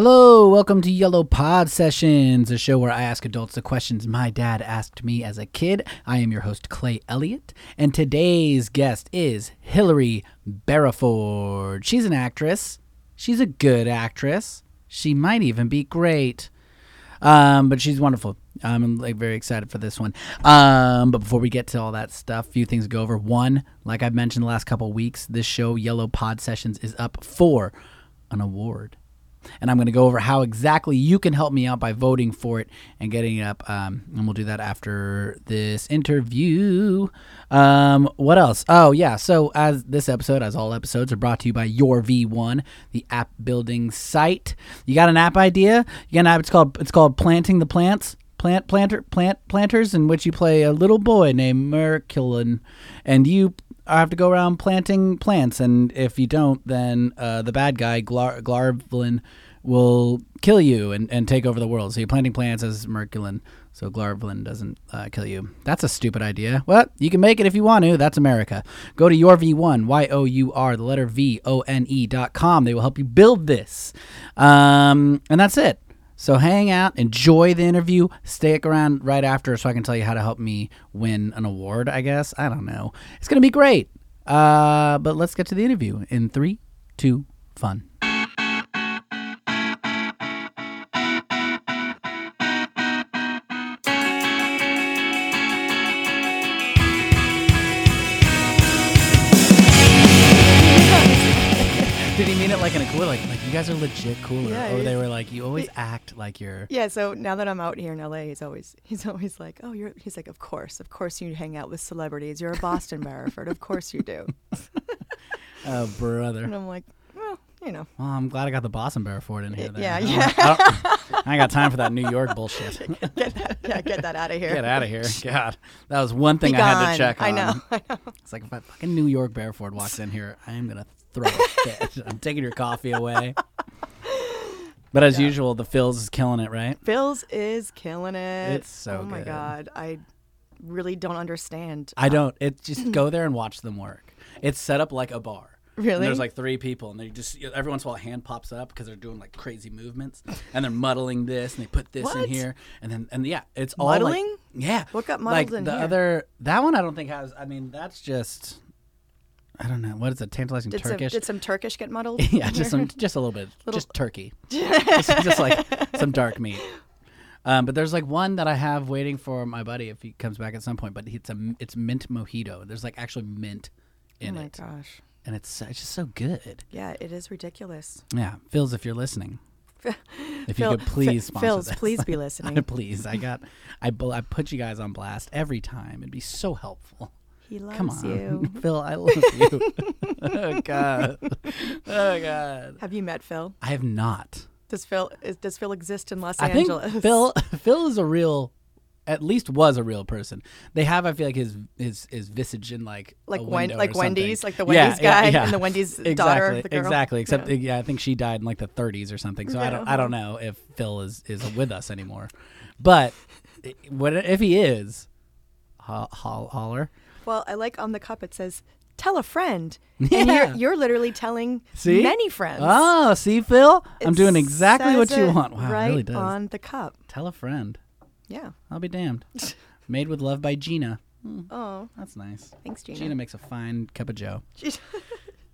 Hello, welcome to Yellow Pod Sessions, a show where I ask adults the questions my dad asked me as a kid. I am your host, Clay Elliott, and today's guest is Hilary Barraford. She's an actress. She's a good actress. She might even be great. Um, but she's wonderful. I'm like very excited for this one. Um, but before we get to all that stuff, few things to go over. One, like I've mentioned the last couple weeks, this show Yellow Pod Sessions is up for an award, and I'm going to go over how exactly you can help me out by voting for it and getting it up. Um, and we'll do that after this interview. Um, what else? Oh yeah. So as this episode, as all episodes, are brought to you by Your V1, the app building site. You got an app idea? You got an app? It's called it's called Planting the Plants plant planter plant planters in which you play a little boy named Merculin, and you have to go around planting plants. And if you don't, then uh, the bad guy Glar- Glarvlin will kill you and, and take over the world. So you're planting plants as Merculin, so Glarvlin doesn't uh, kill you. That's a stupid idea. Well, you can make it if you want to. That's America. Go to your V1, Y O U R, the letter V O N E dot com. They will help you build this. Um, and that's it. So hang out, enjoy the interview, stick around right after so I can tell you how to help me win an award, I guess. I don't know. It's going to be great. Uh, but let's get to the interview in three, two, fun. Did he mean it like in a cool, like, like you guys are legit cooler? Yeah, or it they is. were like, you always act like you're. Yeah, so now that I'm out here in LA, he's always he's always like, "Oh, you're." He's like, "Of course, of course, you hang out with celebrities. You're a Boston Barrowford. Of course you do." Oh, brother. And I'm like, "Well, you know, Well, I'm glad I got the Boston Bear for it in here. then. yeah, I don't- yeah. I, don't- I ain't got time for that New York bullshit. get that, yeah, get that out of here. Get out of here. God. That was one Be thing I had gone. to check on. I know. I know. It's like if a fucking New York Bearford walks in here, I am gonna throw a fit. I'm taking your coffee away. But as usual, the Phils is killing it, right? Phil's is killing it. It's so Oh my good. god, I really don't understand. I don't. It just go there and watch them work. It's set up like a bar. And Really? there's like three people, and they just every once in a while a hand pops up because they're doing like crazy movements, and they're muddling this, and they put this in What? here, and then and yeah, it's all like- Muddling? yeah, What got like muddled in the here? other that one I don't think has. I mean, that's just I don't know what is it tantalizing did Turkish. Some, did some Turkish get muddled? yeah, here? just some, just a little bit, Little- just turkey, just, just like some dark meat. Um, but there's like one that I have waiting for my buddy if he comes back at some point. But it's a m- it's mint mojito. There's like actually mint Oh in my it, gosh. and it's it's just so good. Yeah, it is ridiculous. Yeah, Phils, if you're listening, if Phil, you could please Phil, sponsor Phil's, this. please be listening. please. I got I bl- I put you guys on blast every time. It'd be so helpful. He loves Come on, you. Phil, I love you. oh god, oh god. Have you met Phil? I have not. Does Phil is, does Phil exist in Los I Angeles? think Phil Phil is a real, at least was a real person. They have, I feel like his his his visage in like Like a Wen- window like or something. Wendy's, like the Yeah, Wendy's yeah, guy yeah. and the Wendy's exactly, daughter, the girl. Exactly, except yeah. I think she died in like the 30s or something. So I don't I don't know if Phil is is with us anymore, but i- what if he is? Ho- ho- holler. Well, I like on the cup it says tell a friend. And Yeah. you're, you're literally telling See? many friends. Oh, see, Phil, I'm It doing exactly what says you it want. Wow, right it really does. on the cup. Tell a friend. Yeah. I'll be damned. Made with love by Gina. Oh, That's nice. thanks, Gina. Mm. Gina makes a fine cup of joe. She,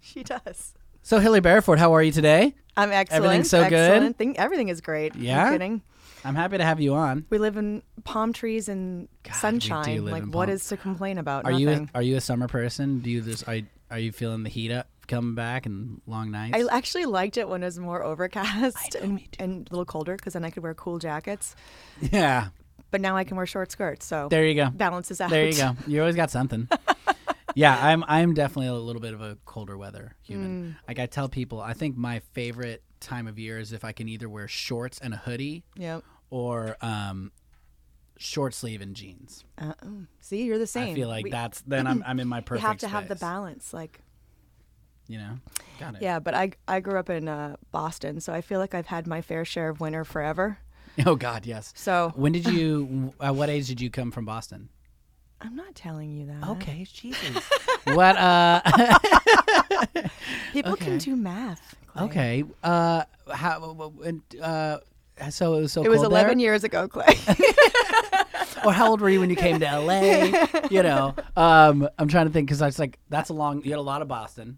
she does. So, Hilly Bareford, how are you today? I'm excellent. Everything's so good? excellent. Thing, everything is great. Yeah? I'm kidding. I'm happy to have you on. We live in palm trees and sunshine. live like, in what palm- is to complain about? Are you Nothing. a, are you a summer person? Do you just are, are you feeling the heat up coming back and long nights? I actually liked it when it was more overcast and, and a little colder because then I could wear cool jackets. yeah, But now I can wear short skirts, so there you go. balances out. There you go. You always got something. yeah, I'm I'm definitely a little bit of a colder weather human. Mm. Like I tell people, I think my favorite time of year is if I can either wear shorts and a hoodie Yep. or um, short sleeve and jeans. Uh, oh. see, you're the same. I feel like We- that's then I'm I'm in my You perfect. have to have the space, balance, like You know, got it. yeah. But I I grew up in uh, Boston, so I feel like I've had my fair share of winter forever. Oh God, yes. So- when did you? At what age did you come from Boston? I'm not telling you that. Okay, Jesus. what? Uh, People Okay. can do math. Clay. Okay. Uh, how? w- w- and, Uh, so it was so. It was cold 11 there? years ago, Clay. or how old were you when you came to LA? You know, um, I'm trying to think because I was like, that's a long. You had a lot of Boston,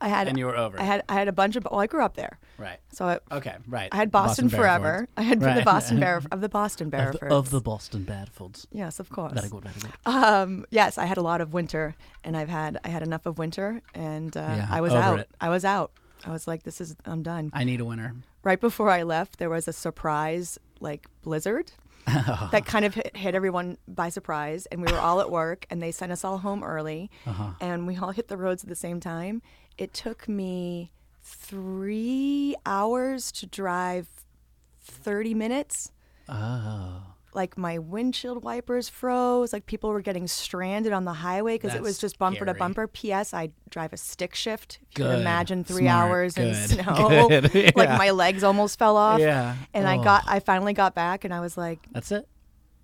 I had and you were over. Oh, I had I had a bunch of well, I grew up there. right. So I, Okay. Right. I had Boston, forever. I had Right. the Boston Bear of the Boston Bear Of, of the Boston Badfords. Yes, of course. Very good. Very good. Um, yes, I had a lot of winter, and I've had I had enough of winter, and uh, Yeah, I was over out. it. I was out. I was like, "This is I'm done." I need a winner. Right before I left, there was a surprise like blizzard that kind of hit, hit everyone by surprise, and we were all at work, and they sent us all home early, and we all hit the roads at the same time. It took me three hours to drive thirty minutes Oh. like my windshield wipers froze. Like people were getting stranded on the highway because it That's was just bumper scary. to bumper. P.S. I drive a stick shift. If you Good. can imagine three Smart. hours in Good. snow, Good. Yeah. like my legs almost fell off. Yeah. And I Oh. got, I finally got back, and I was like, That's it.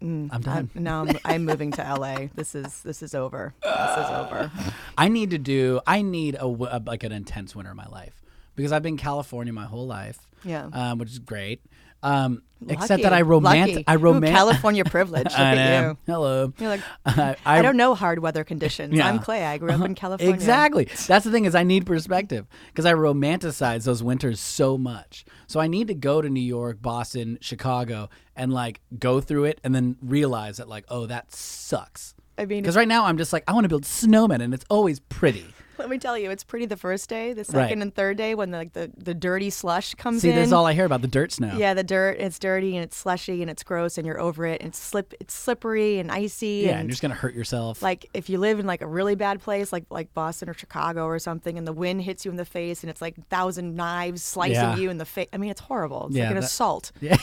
I'm done. I'm, "No, I'm, I'm moving to L.A. This is this is over. This is over." I need to do. I need a, w- a- like an intense winter in my life because I've been in California my whole life. Yeah. um, which is great. Um, except Lucky. that I romantic. Lucky. I Ooh, romantic. California privilege. Look I at am. you. Hello. You're like, I, I, don't know hard weather conditions. Yeah. Uh-huh. I'm Clay. I grew up in California. Exactly. That's the thing is I need perspective because I romanticize those winters so much. So I need to go to New York, Boston, Chicago, and like go through it, and then realize that like, oh, that sucks. I mean, Because right now I'm just like, I want to build snowmen, and it's always pretty. Let me tell you, it's pretty the first day. The second and third day, when the, like the, the dirty slush comes See, in. this is all I hear about the dirt snow. yeah, the dirt. It's dirty and it's slushy and it's gross and you're over it. And it's slip. It's slippery and icy. Yeah, and and you're just gonna hurt yourself. like if you live in like a really bad place, like like Boston or Chicago or something, and the wind hits you in the face and it's like thousand knives slicing Yeah. you in the face. I mean, it's horrible. It's Yeah, like an that- assault. yeah.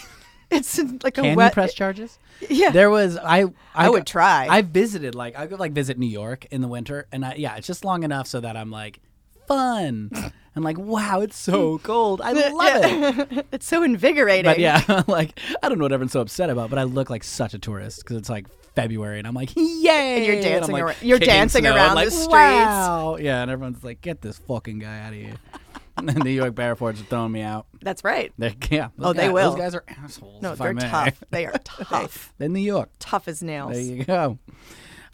It's like a Can you wet. press charges? yeah. There was I, I. would try. I visited like I go like visit New York in the winter, and I, yeah, it's just long enough so that I'm like fun. I'm like, wow, it's so cold. I love it. it's so invigorating. But yeah, like I don't know what everyone's so upset about, but I look like such a tourist because it's like February, and I'm like, yay! you're I'm, dancing like, around- you're kicking dancing snow. I'm around the like, streets. Wow. Yeah, and everyone's like, get this fucking guy out of here. and the New York Bearfords are throwing me out. That's right. They're, yeah. those Oh, they guys- will. Those guys are assholes. No, if I they're may. tough. They are tough. They're New York. tough as nails. There you go.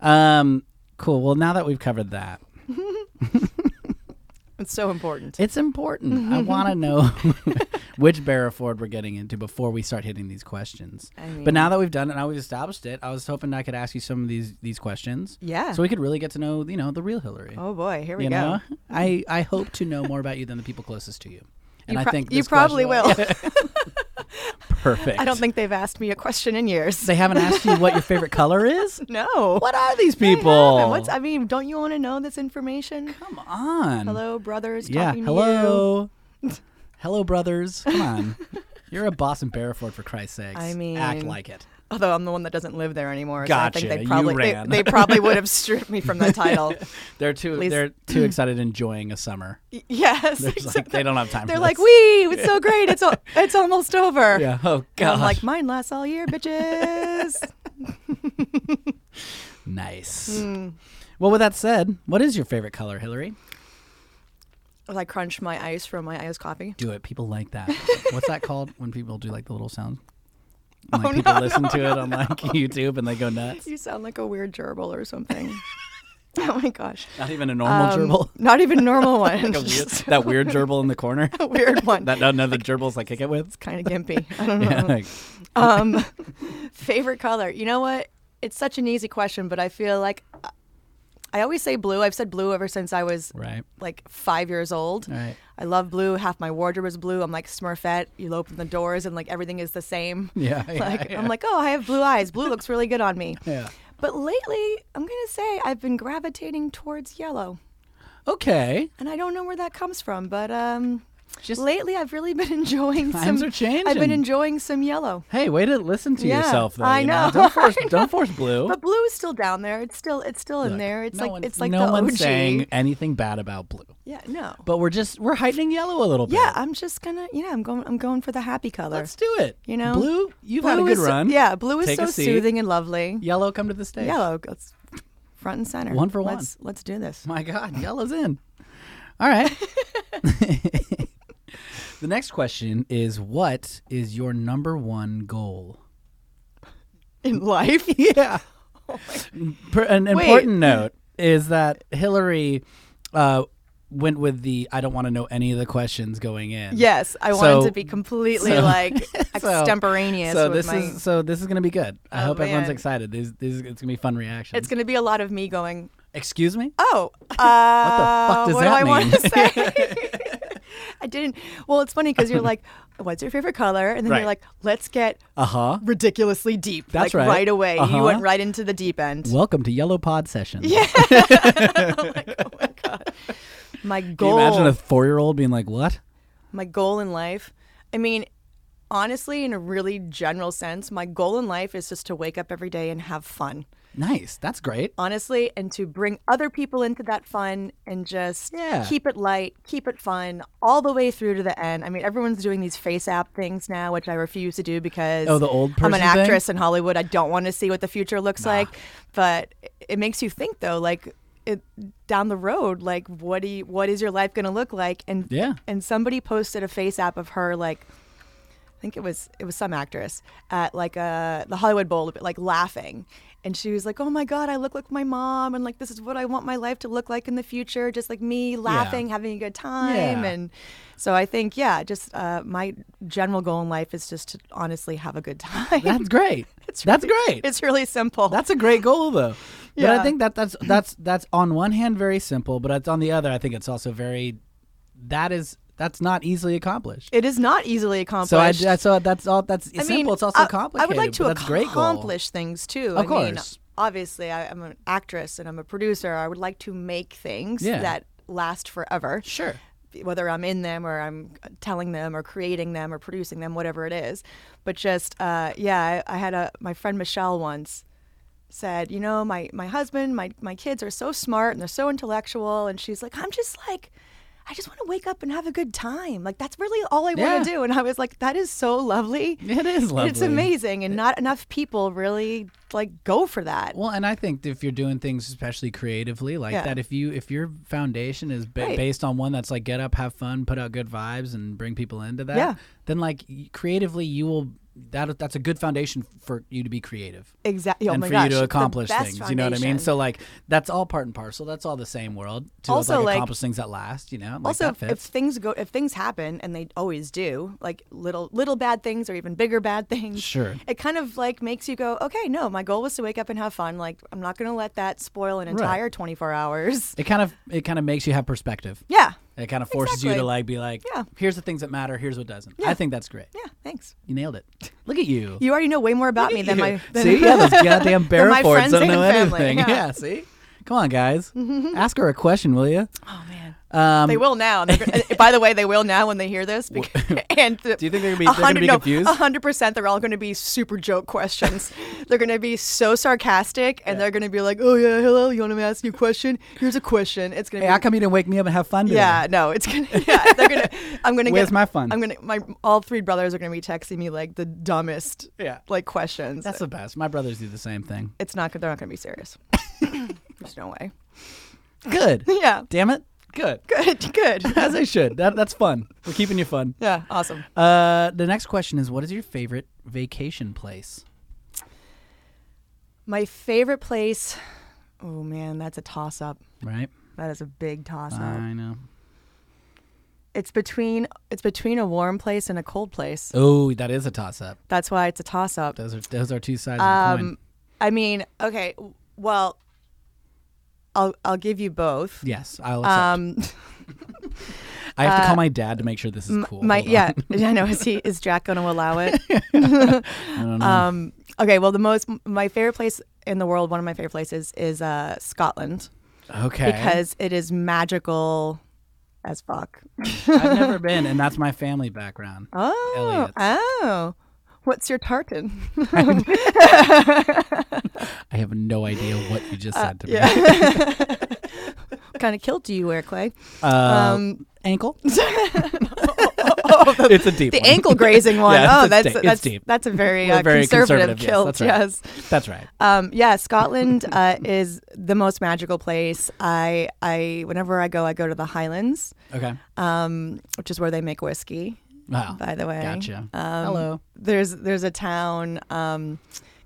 Um, cool. Well, now that we've covered that, It's so important. it's important. I want to know which Barra Ford we're getting into before we start hitting these questions. I but mean- now that we've done it, now we've established it, I was hoping I could ask you some of these these questions. Yeah. So we could really get to know, you know, the real Hillary. Oh boy, here we you go. know, I I hope to know more about you than the people closest to you. And You I pro- think you this question probably will. perfect. I don't think they've asked me a question in years. they haven't asked you what your favorite color is. No. What are these They people? haven't. What's I mean, don't you want to know this information? Come on. Hello, brothers. Yeah. talking to you. Hello. hello, brothers. Come on. You're a Boston Beresford for Christ's sakes. I mean- act like it. Although I'm the one that doesn't live there anymore. So Gotcha, I think they you probably they- ran. They, probably would have stripped me from the title. They're too. Please. They're too excited enjoying a summer. Y- yes. It's like, they don't have time. They're for like, this. "Wee, it's so great. It's al- it's almost over." Yeah. Oh And god. I'm like, "Mine lasts all year, bitches." nice. Hmm. Well, with that said, what is your favorite color, Hillary? As I crunch my ice from my iced coffee. Do it. People like that. What's that called when people do like the little sound? Like Oh, people no, listen to it on like YouTube and they go nuts. You sound like a weird gerbil or something. oh my gosh. Not even a normal Um, gerbil. Not even normal one. Like a weird, Just that weird gerbil in the corner. a weird one. That another gerbil's I kick it with. kind of gimpy. I don't know. Yeah. Like, Um, favorite color. You know what? It's such an easy question, but I feel like uh, I always say blue. I've said blue ever since I was right. like five years old. Right. I love blue. Half my wardrobe is blue. I'm like Smurfette. You open the doors and like everything is the same. Yeah. yeah, Like yeah. I'm like, oh, I have blue eyes. Blue looks really good on me. Yeah. But lately, I'm gonna say I've been gravitating towards yellow. Okay. and I don't know where that comes from, but um, Just- lately I've really been enjoying Times some. are changing. I've been enjoying some yellow, Hey, way to listen to Yeah, yourself though. I you know? know, Don't force don't force blue. but blue is still down there. It's still it's still in Oh. Look, there. It's no like one- it's like no the one's OG. saying anything bad about blue. yeah, no. But we're just we're heightening yellow a little bit. Yeah, I'm just gonna. Yeah, I'm going. I'm going for the happy color. Let's do it. You know, Blue, you've had a good is, run. Yeah, blue is Take a so seat. soothing and lovely. Yellow, come to the stage. Yellow, let's front and center. One for one. Let's let's do this. My God, yellow's in. All right. the next question is what is your number one goal? in life. Yeah. Oh my- Per- an Wait. important note is that Hillary uh, went with the I don't want to know any of the questions going in. Yes, I So- wanted to be completely so- like so- extemporaneous So with this my. is so this is gonna be good. I Oh, hope everyone's man. excited. These, these, it's gonna be fun reactions. It's going to be a lot of me going. Excuse me. Oh, uh, does what that do I want mean? to say? I didn't. Well, it's funny because you're like, "What's your favorite color?" And then Right. you're like, "Let's get Uh huh. ridiculously deep." That's like, right. right. away, Uh-huh. you went right into the deep end. Welcome to Yellow Pod Session. Yeah. My Can you goal. imagine a four-year-old being like, "What?" my goal in life i mean honestly in a really general sense my goal in life is just to wake up every day and have fun Nice. That's great. honestly and to bring other people into that fun and just Yeah. keep it light keep it fun all the way through to the end i mean everyone's doing these face app things now which i refuse to do because Oh, the old i'm person an thing? actress in hollywood i don't want to see what the future looks like but it makes you think though like it, down the road like what do you, what is your life going to look like and Yeah. and somebody posted a face app of her like I think it was it was some actress at like uh the Hollywood Bowl, but like laughing, and she was like, "Oh my God, I look like my mom, and like this is what I want my life to look like in the future, just like me laughing, having a good time." Yeah. And so I think, yeah, just uh, my general goal in life is just to honestly have a good time. That's great. It's that's really- great. it's really simple. That's a great goal though. But I Yeah. think that that's that's that's on one hand very simple, but it's on the other I think it's also very that is that's not easily accomplished. it is not easily accomplished. So I that's so that's all that's I simple. it's also I- complicated. I would like but to that's a great goal. accomplish things too. Of I mean, course. obviously, I, I'm an actress and I'm a producer. I would like to make things Yeah. that last forever, Sure. whether I'm in them or I'm telling them or creating them or producing them, whatever it is. But just uh, yeah, I, I had a my friend Michelle once said, you know, my my husband, my my kids are so smart and they're so intellectual, and she's like, I'm just like. I just want to wake up and have a good time. Like that's really all I Yeah. want to do. And I was like, that is so lovely. It is lovely. It's amazing, and not enough people really like go for that. Well, and I think if you're doing things especially creatively like Yeah. that if you if your foundation is ba- Right. based on one that's like get up, have fun, put out good vibes and bring people into that, Yeah. then like y- creatively you will that that's a good foundation for you to be creative. Exactly. Oh and my for gosh, you it's to the accomplish best things. You know what I mean? foundation. So like that's all part and parcel. That's all the same world. To Also, like, like- accomplish things that last. You know, like, also, that if, if fits. things go, if things happen, and they always do, like little little bad things or even bigger bad things. Sure. It kind of like makes you go, okay, no, my goal was to wake up and have fun. Like I'm not going to let that spoil an entire 24 hours. it kind of it kind of makes you have perspective. Yeah. It kind of forces you to Exactly. like be like, Yeah. here's the things that matter. Here's what doesn't. I think that's great. Yeah. Thanks. You nailed it. Look at you. You already know way more about me than my. Than see, yeah, those goddamn than my Barrefords friends don't and know family, anything. yeah. see. Come on, guys. Ask her a question, will you? oh man. Um, They will now. They're gonna- by the way, they will now when they hear this. Because, and do you think they're gonna be- they're gonna be confused? hundred percent. They're all going to be super joke questions. they're going to be so sarcastic, and they're going to be like, "Oh yeah, hello. You want me to ask you a question? Here's a question. It's going to Hey, be." how come you didn't wake me up and have fun? Today? yeah, no, it's gonna. Yeah, they're gonna. I'm gonna. Where's get, my fun? I'm gonna. My all three brothers are gonna be texting me like the dumbest, Yeah. like questions. That's the best. My brothers do the same thing. it's not. They're not gonna be serious. There's no way. Good. Yeah. Damn it. Good. Good. Good. As I should. That, that's fun. We're keeping you fun. yeah. Awesome. Uh, the next question is, what is your favorite vacation place? My favorite place. Oh man, that's a toss up. Right? That is a big toss up. I know. it's between it's between a warm place and a cold place. Oh, that is a toss-up. That's why it's a toss up. Those are those are two sides of the coin. Um, I mean, okay, w- well, I'll I'll give you both. Yes, I'll accept. Um, I have to call my dad to make sure this is cool. uh, my Hold on. yeah, I know. Is he is Jack going to allow it? I don't know. um, okay, well, the most my favorite place in the world, one of my favorite places is uh, Scotland okay. because it is magical as fuck. I've never been, and that's my family background. Oh, Elliot's. oh. What's your tartan? I have no idea what you just said to me. Uh, Yeah. Um, what kind of kilt do you wear, Clay? Uh, Um, ankle. oh, the, It's a deep the one. ankle grazing one. Yeah, oh, it's that's deep. It's that's deep. that's a very, We're uh, very conservative, conservative, yes, kilt. that's right. yes. That's right. Um, yeah, Scotland uh, is the most magical place. I, I, whenever I go, I go to the Highlands, Okay. um, which is where they make whiskey. Wow. By the way, Gotcha. Um, Hello. There's there's a town um,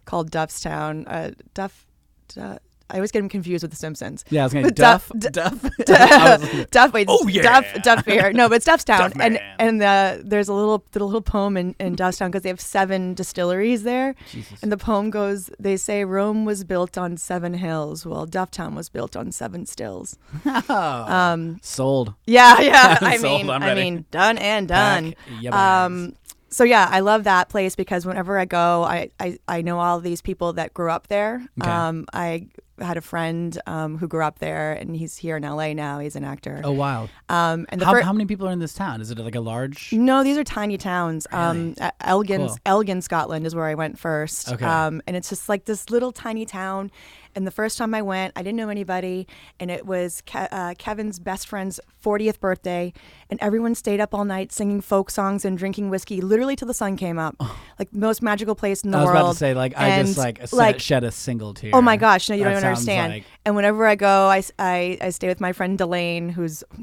called Duffstown. Uh, Duff, Duff. I always get them confused with The Simpsons. Yeah, I was going to Duff- duff, duff. I was Duff, Duff, wait, Oh, yeah. Duff, Duff beer. No, but it's Duffstown, Duff and man. and the, there's a little the little poem in, in Duffstown because they have seven distilleries there, Jesus. and the poem goes, they say Rome was built on seven hills, well Dufftown was built on seven stills. Um, oh, Sold. yeah, yeah. I Sold, mean, I'm I ready. mean, done and done. Pack your bags. Um, so yeah, I love that place because whenever I go, I I, I know all these people that grew up there. Okay. Um, I had a friend um, who grew up there, and he's here in L.A. now. He's an actor. Oh, wow. Um, and the How, fir- how many people are in this town? Is it like a large? no, these are tiny towns. Um, uh, Elgin, Cool. Elgin, Scotland is where I went first. Okay. Um, and it's just like this little tiny town. And the first time I went, I didn't know anybody. And it was Ke- uh, Kevin's best friend's 40th birthday. And everyone stayed up all night singing folk songs and drinking whiskey, literally till the sun came up. Like the most magical place in the Oh. I was world. about to say, like, I just And, like, se- like shed a single tear. Oh my gosh, no, you That don't even sounds understand. like- and whenever I go, I, s- I- I stay with my friend Delane, who's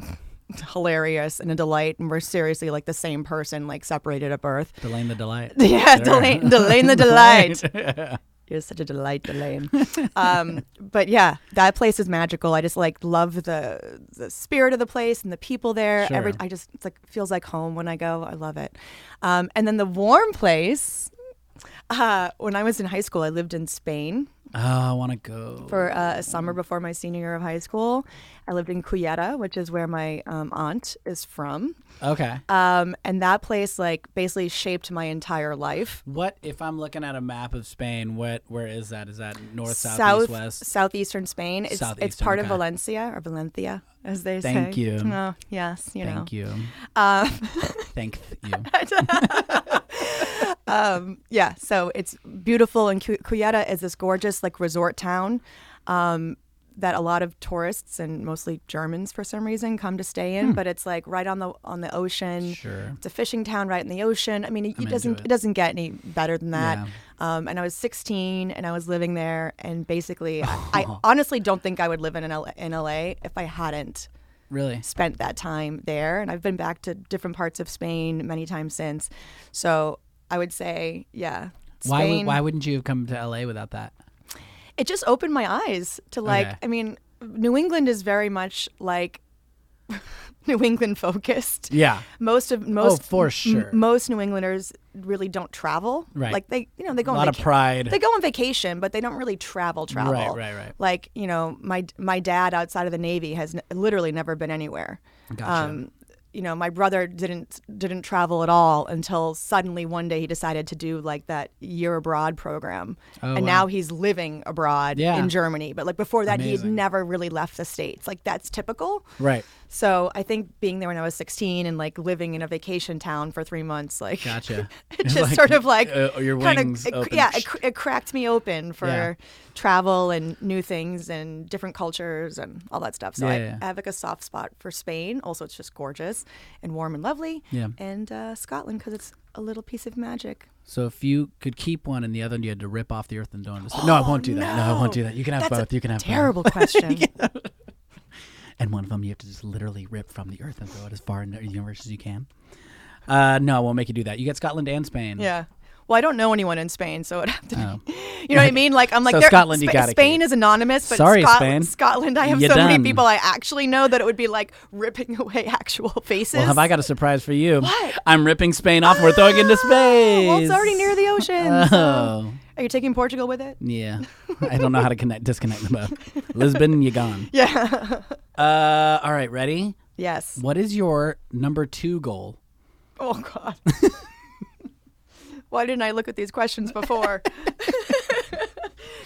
hilarious and a delight. And we're seriously like the same person, like separated at birth. Delane the delight. Oh, Yeah, Delane, Delane the delight. Delane. You're such a delight, Delane. um, but yeah, that place is magical. I just like love the the spirit of the place and the people there. Every Sure. I just it's like feels like home when I go. I love it. Um, and then the warm place. Uh, when I was in high school, I lived in Spain oh, I want to go. for uh, a summer before my senior year of high school. I lived in Cuyeta, which is where my um, aunt is from. okay. Um, and that place, like, basically shaped my entire life. What if I'm looking at a map of Spain? What where is that? Is that north, south, east, west? southeastern Spain. It's, it's Southeastern, part of okay. Valencia or Valencia, as they say. Thank you. Oh, yes, you know. Thank you. Um, Thank you. um, yeah, so it's beautiful, and Cu- Cuyeta is this gorgeous like resort town um, that a lot of tourists and mostly Germans for some reason come to stay Hmm. in. But it's like right on the on the ocean. Sure. It's a fishing town right in the ocean. I mean, it, I'm it into doesn't it. it. doesn't get any better than that. Yeah. Um, and I was 16, and I was living there, and basically, I, I honestly don't think I would live in an L- in LA if I hadn't Really? spent that time there and I've been back to different parts of Spain many times since. So I would say, yeah. Why Spain, would, why wouldn't you have come to LA without that? it just opened my eyes to like Okay. I mean, New England is very much like New England focused. Yeah. Most of most Oh, for m- sure. most New Englanders really don't travel. Right. Like they you know, they go A on lot of vaca- pride. they go on vacation, but they don't really travel travel. right, right. Like you know, my my dad outside of the Navy has n- literally never been anywhere. Gotcha. um, you know, my brother didn't didn't travel at all until suddenly one day he decided to do like that year abroad program, Oh, and wow. now he's living abroad Yeah. in Germany. But like before that, he had Amazing. never really left the states. Like that's typical. Right. So I think being there when I was 16 and like living in a vacation town for three months, like Gotcha. it just sort of like uh, your kinda- wings it, open. yeah, it, cr- it cracked me open for Yeah. travel and new things and different cultures and all that stuff. So I, Yeah, yeah. I have like a soft spot for Spain. Also, it's just gorgeous and warm and lovely. Yeah. And uh, Scotland because it's a little piece of magic. So if you could keep one and the other, one you had to rip off the earth and don't. no, I won't do that. No, I won't do that. You can have That's a both. You can have both. Terrible question. and one of them you have to just literally rip from the earth and throw it as far into the universe as you can. Uh, no, I won't make you do that. You get Scotland and Spain. Yeah. Well, I don't know anyone in Spain, so it'd have to be. Oh. You know what I mean? Like I'm like So there- Scotland, you gotta Spain keep. is anonymous, but Sorry, Scot- Spain. Scotland, I have You so done. many people I actually know that it would be like ripping away actual faces. Well, have I got a surprise for you? What? Oh, I'm ripping Spain off. and We're throwing it into space. Well, it's already near the ocean. so- Oh. Are you taking Portugal with it? Yeah, I don't know how to connect, disconnect them both. Lisbon, you gone. Yeah. Uh, all right, ready? yes. What is your number two goal? Oh God. Why didn't I look at these questions before?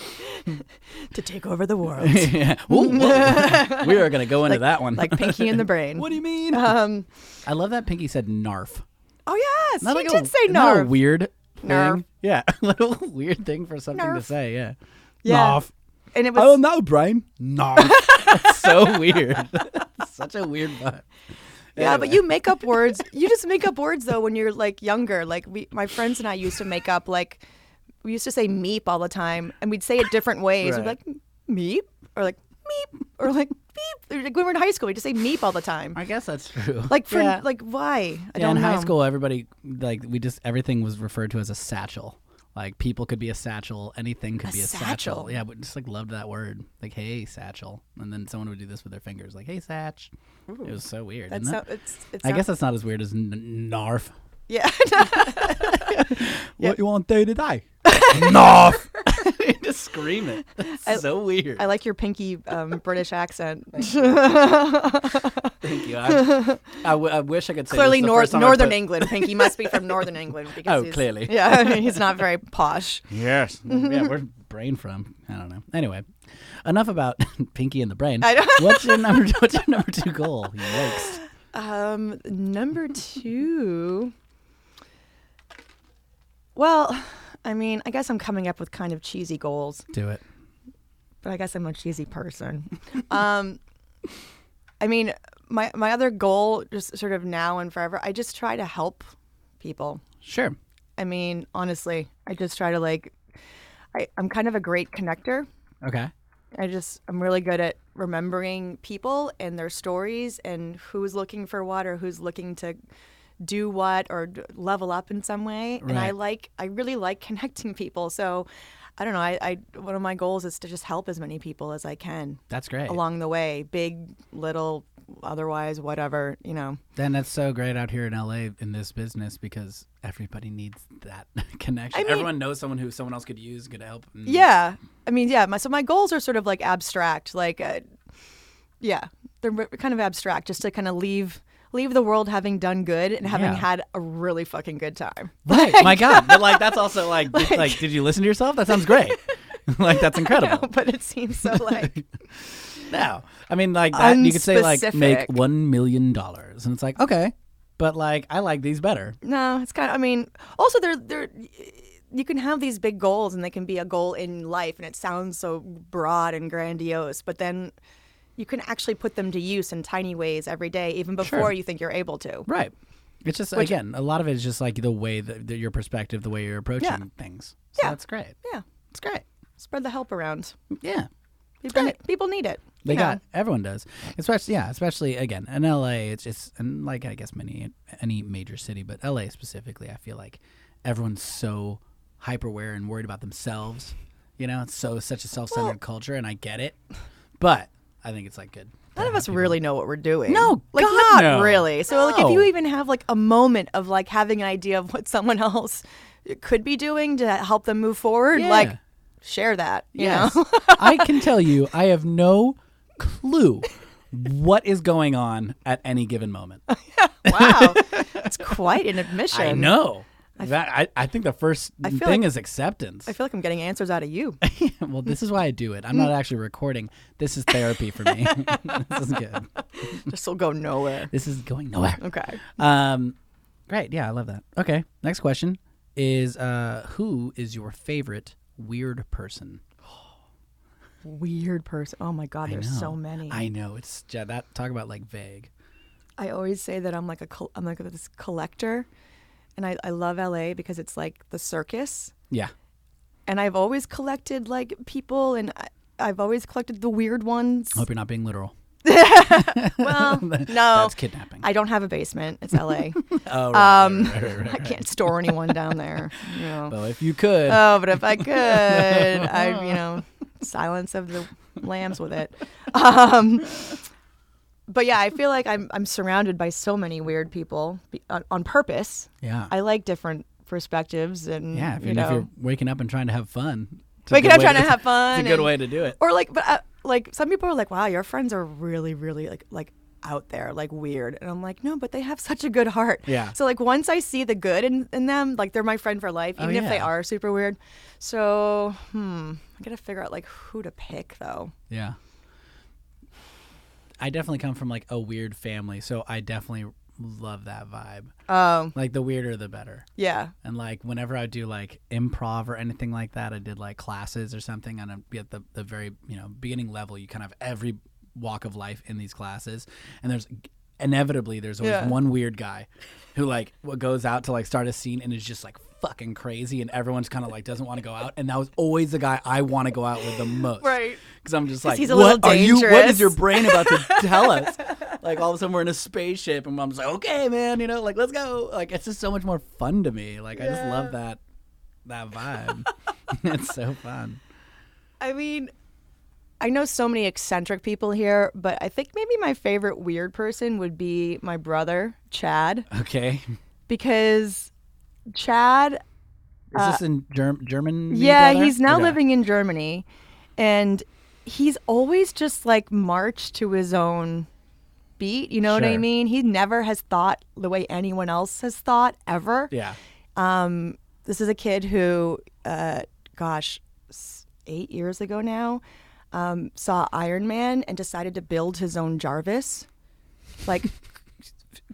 to take over the world, Yeah. Ooh, whoa. we are gonna go into that one. like Pinky in the Brain. what do you mean? um. I love that Pinky said narf. Oh yes, Not he like did a, say not a narf. weird thing. Narf. Yeah, like a little weird thing for something to Narf. say. Yeah. Yeah. Narf. and it was. Oh no, Brian. Narf. That's so weird. That's Such a weird vibe. Yeah, but Anyway. you make up words. You just make up words though when you're like younger. Like we, my friends and I used to make up like we used to say meep all the time, and we'd say it different ways. Right. We'd be like meep or like meep or like beep. Or, Like when we were in high school, we just say meep all the time. I guess that's true. Like for yeah. like why? I Yeah, don't in know. high school, everybody like we just everything was referred to as a satchel. Like people could be a satchel, anything could A be a satchel. satchel. Yeah, but just like loved that word. Like hey satchel, and then someone would do this with their fingers, like hey satch. It was so weird. That's isn't so, it? it's, it's I not- guess that's not as weird as n- narf. yeah. What you want day to die? narf. just scream it. That's so weird. I like your pinky um, British accent. Thank you. I, I, w- I wish I could say clearly this the nor- first time I northern put- England. Pinky must be from northern England because Oh, he's, clearly. Yeah, he's not very posh. Yes. yeah, where's brain from? I don't know. Anyway, enough about Pinky and the brain. I know. What's your number? What's your number two goal? Yikes. Um, number two. Well, I mean, I guess I'm coming up with kind of cheesy goals, Do it. but I guess I'm a cheesy person. um, I mean, my my other goal, just sort of now and forever, I just try to help people. Sure. I mean, honestly, I just try to like, I, I'm kind of a great connector. Okay. I just I'm really good at remembering people and their stories and who's looking for what or who's looking to do what or d- level up in some way. And I Right. like I really like connecting people. So I don't know. I, I one of my goals is to just help as many people as I can That's great. along the way, big, little, otherwise, whatever you know. Then that's so great out here in LA in this business because everybody needs that connection. I mean- Everyone knows someone who someone else could use, could help. and- Yeah, I mean, yeah. My, so my goals are sort of like abstract, like, uh, yeah, they're r- kind of abstract, just to kind of leave leave the world having done good and having Yeah. had a really fucking good time. Right. My God. But like that's also like did- like, did you listen to yourself? That sounds great. like that's incredible. but it seems so like No. I mean, like that, you could say like make Unspecific. one million dollars, and it's like okay, but like I like these better. no, it's kind of. I mean, also they're they're. You can have these big goals, and they can be a goal in life, and it sounds so broad and grandiose. But then, you can actually put them to use in tiny ways every day, even before you think you're able to. Right. It's just again, a lot of it is just like the way that, that your perspective, the way you're approaching Yeah. things. So Yeah. that's great. Yeah, It's great. spread the help around. Yeah. People, ne- people need it. you They know. got everyone does, especially yeah, especially again in L.A. It's just and like I guess many any major city, but L.A. specifically, I feel like everyone's so hyper aware and worried about themselves. You know, it's so such a self centered Well- culture, and I get it, but I think it's like good. None of us really know what we're doing. No, like God, not no. really. So like if No. you even have like a moment of like having an idea of what someone else could be doing to help them move forward, Yeah. like share that. You Yes. know? I can tell you, I have no clue what is going on at any given moment. wow, it's quite an admission. I know. that I, I think the first feel thing like- is acceptance. I feel like I'm getting answers out of you. well, this is why I do it. I'm not actually recording. This is therapy for me. this is good. This will go nowhere. This is going nowhere. Okay. Um, great. Yeah, I love that. Okay. Next question is uh, who is your favorite weird person? Weird person. Oh my God, there's so No. many. I, I know. It's yeah, that talk about like vague. always say that I'm like a col- I'm like this collector, and I, I love LA because it's like the circus. Yeah. and I've always collected like people, and I, I've always collected the weird ones. Hope you're not being literal. well, no, That's kidnapping. I don't have a basement. It's LA. Oh, right, Um, right, right, right, I right. can't store anyone down there. You know. Well, if you could, oh, but if I could, I you know, silence of the lambs with it. Um, but yeah, I feel like I'm I'm surrounded by so many weird people be- on, on purpose. yeah, I like different perspectives, and yeah. If, you you know, if you're waking up and trying to have fun, it's a waking good up way trying to have fun. It's a good and- way to do it. or like but uh, like some people are like wow your friends are really really like like out there like weird and i'm like no but they have such a good heart Yeah. so like once i see the good in, in them like they're my friend for life Oh, even if they yeah. are super weird so hmm i gotta figure out like who to pick though Yeah. I definitely come from like a weird family, so I definitely love that vibe. um Like the weirder, the better. yeah And like whenever I do like improv or anything like that, I did like classes or something. And I'd be at the, the very you know beginning level. You kind of have every walk of life in these classes, and there's inevitably there's always Yeah. one weird guy who like what goes out to like start a scene and is just like fucking crazy and everyone's kind of like doesn't want to go out and that was always the guy I want to go out with the most Right. because I'm just like he's a what little are you what is dangerous." your brain about to tell us like all of a sudden we're in a spaceship and mom's like okay man you know like let's go like it's just so much more fun to me like I just love that that vibe it's so fun I mean, I know so many eccentric people here, but I think maybe my favorite weird person would be my brother, Chad, okay because Chad, Is this in Germ- German? Uh, yeah, he's now living in Germany and he's always just like marched to his own beat, you know what I Sure. mean? He never has thought the way anyone else has thought ever. Yeah. um, this is a kid who, uh, gosh, s- eight years ago now, um, saw Iron Man and decided to build his own Jarvis, like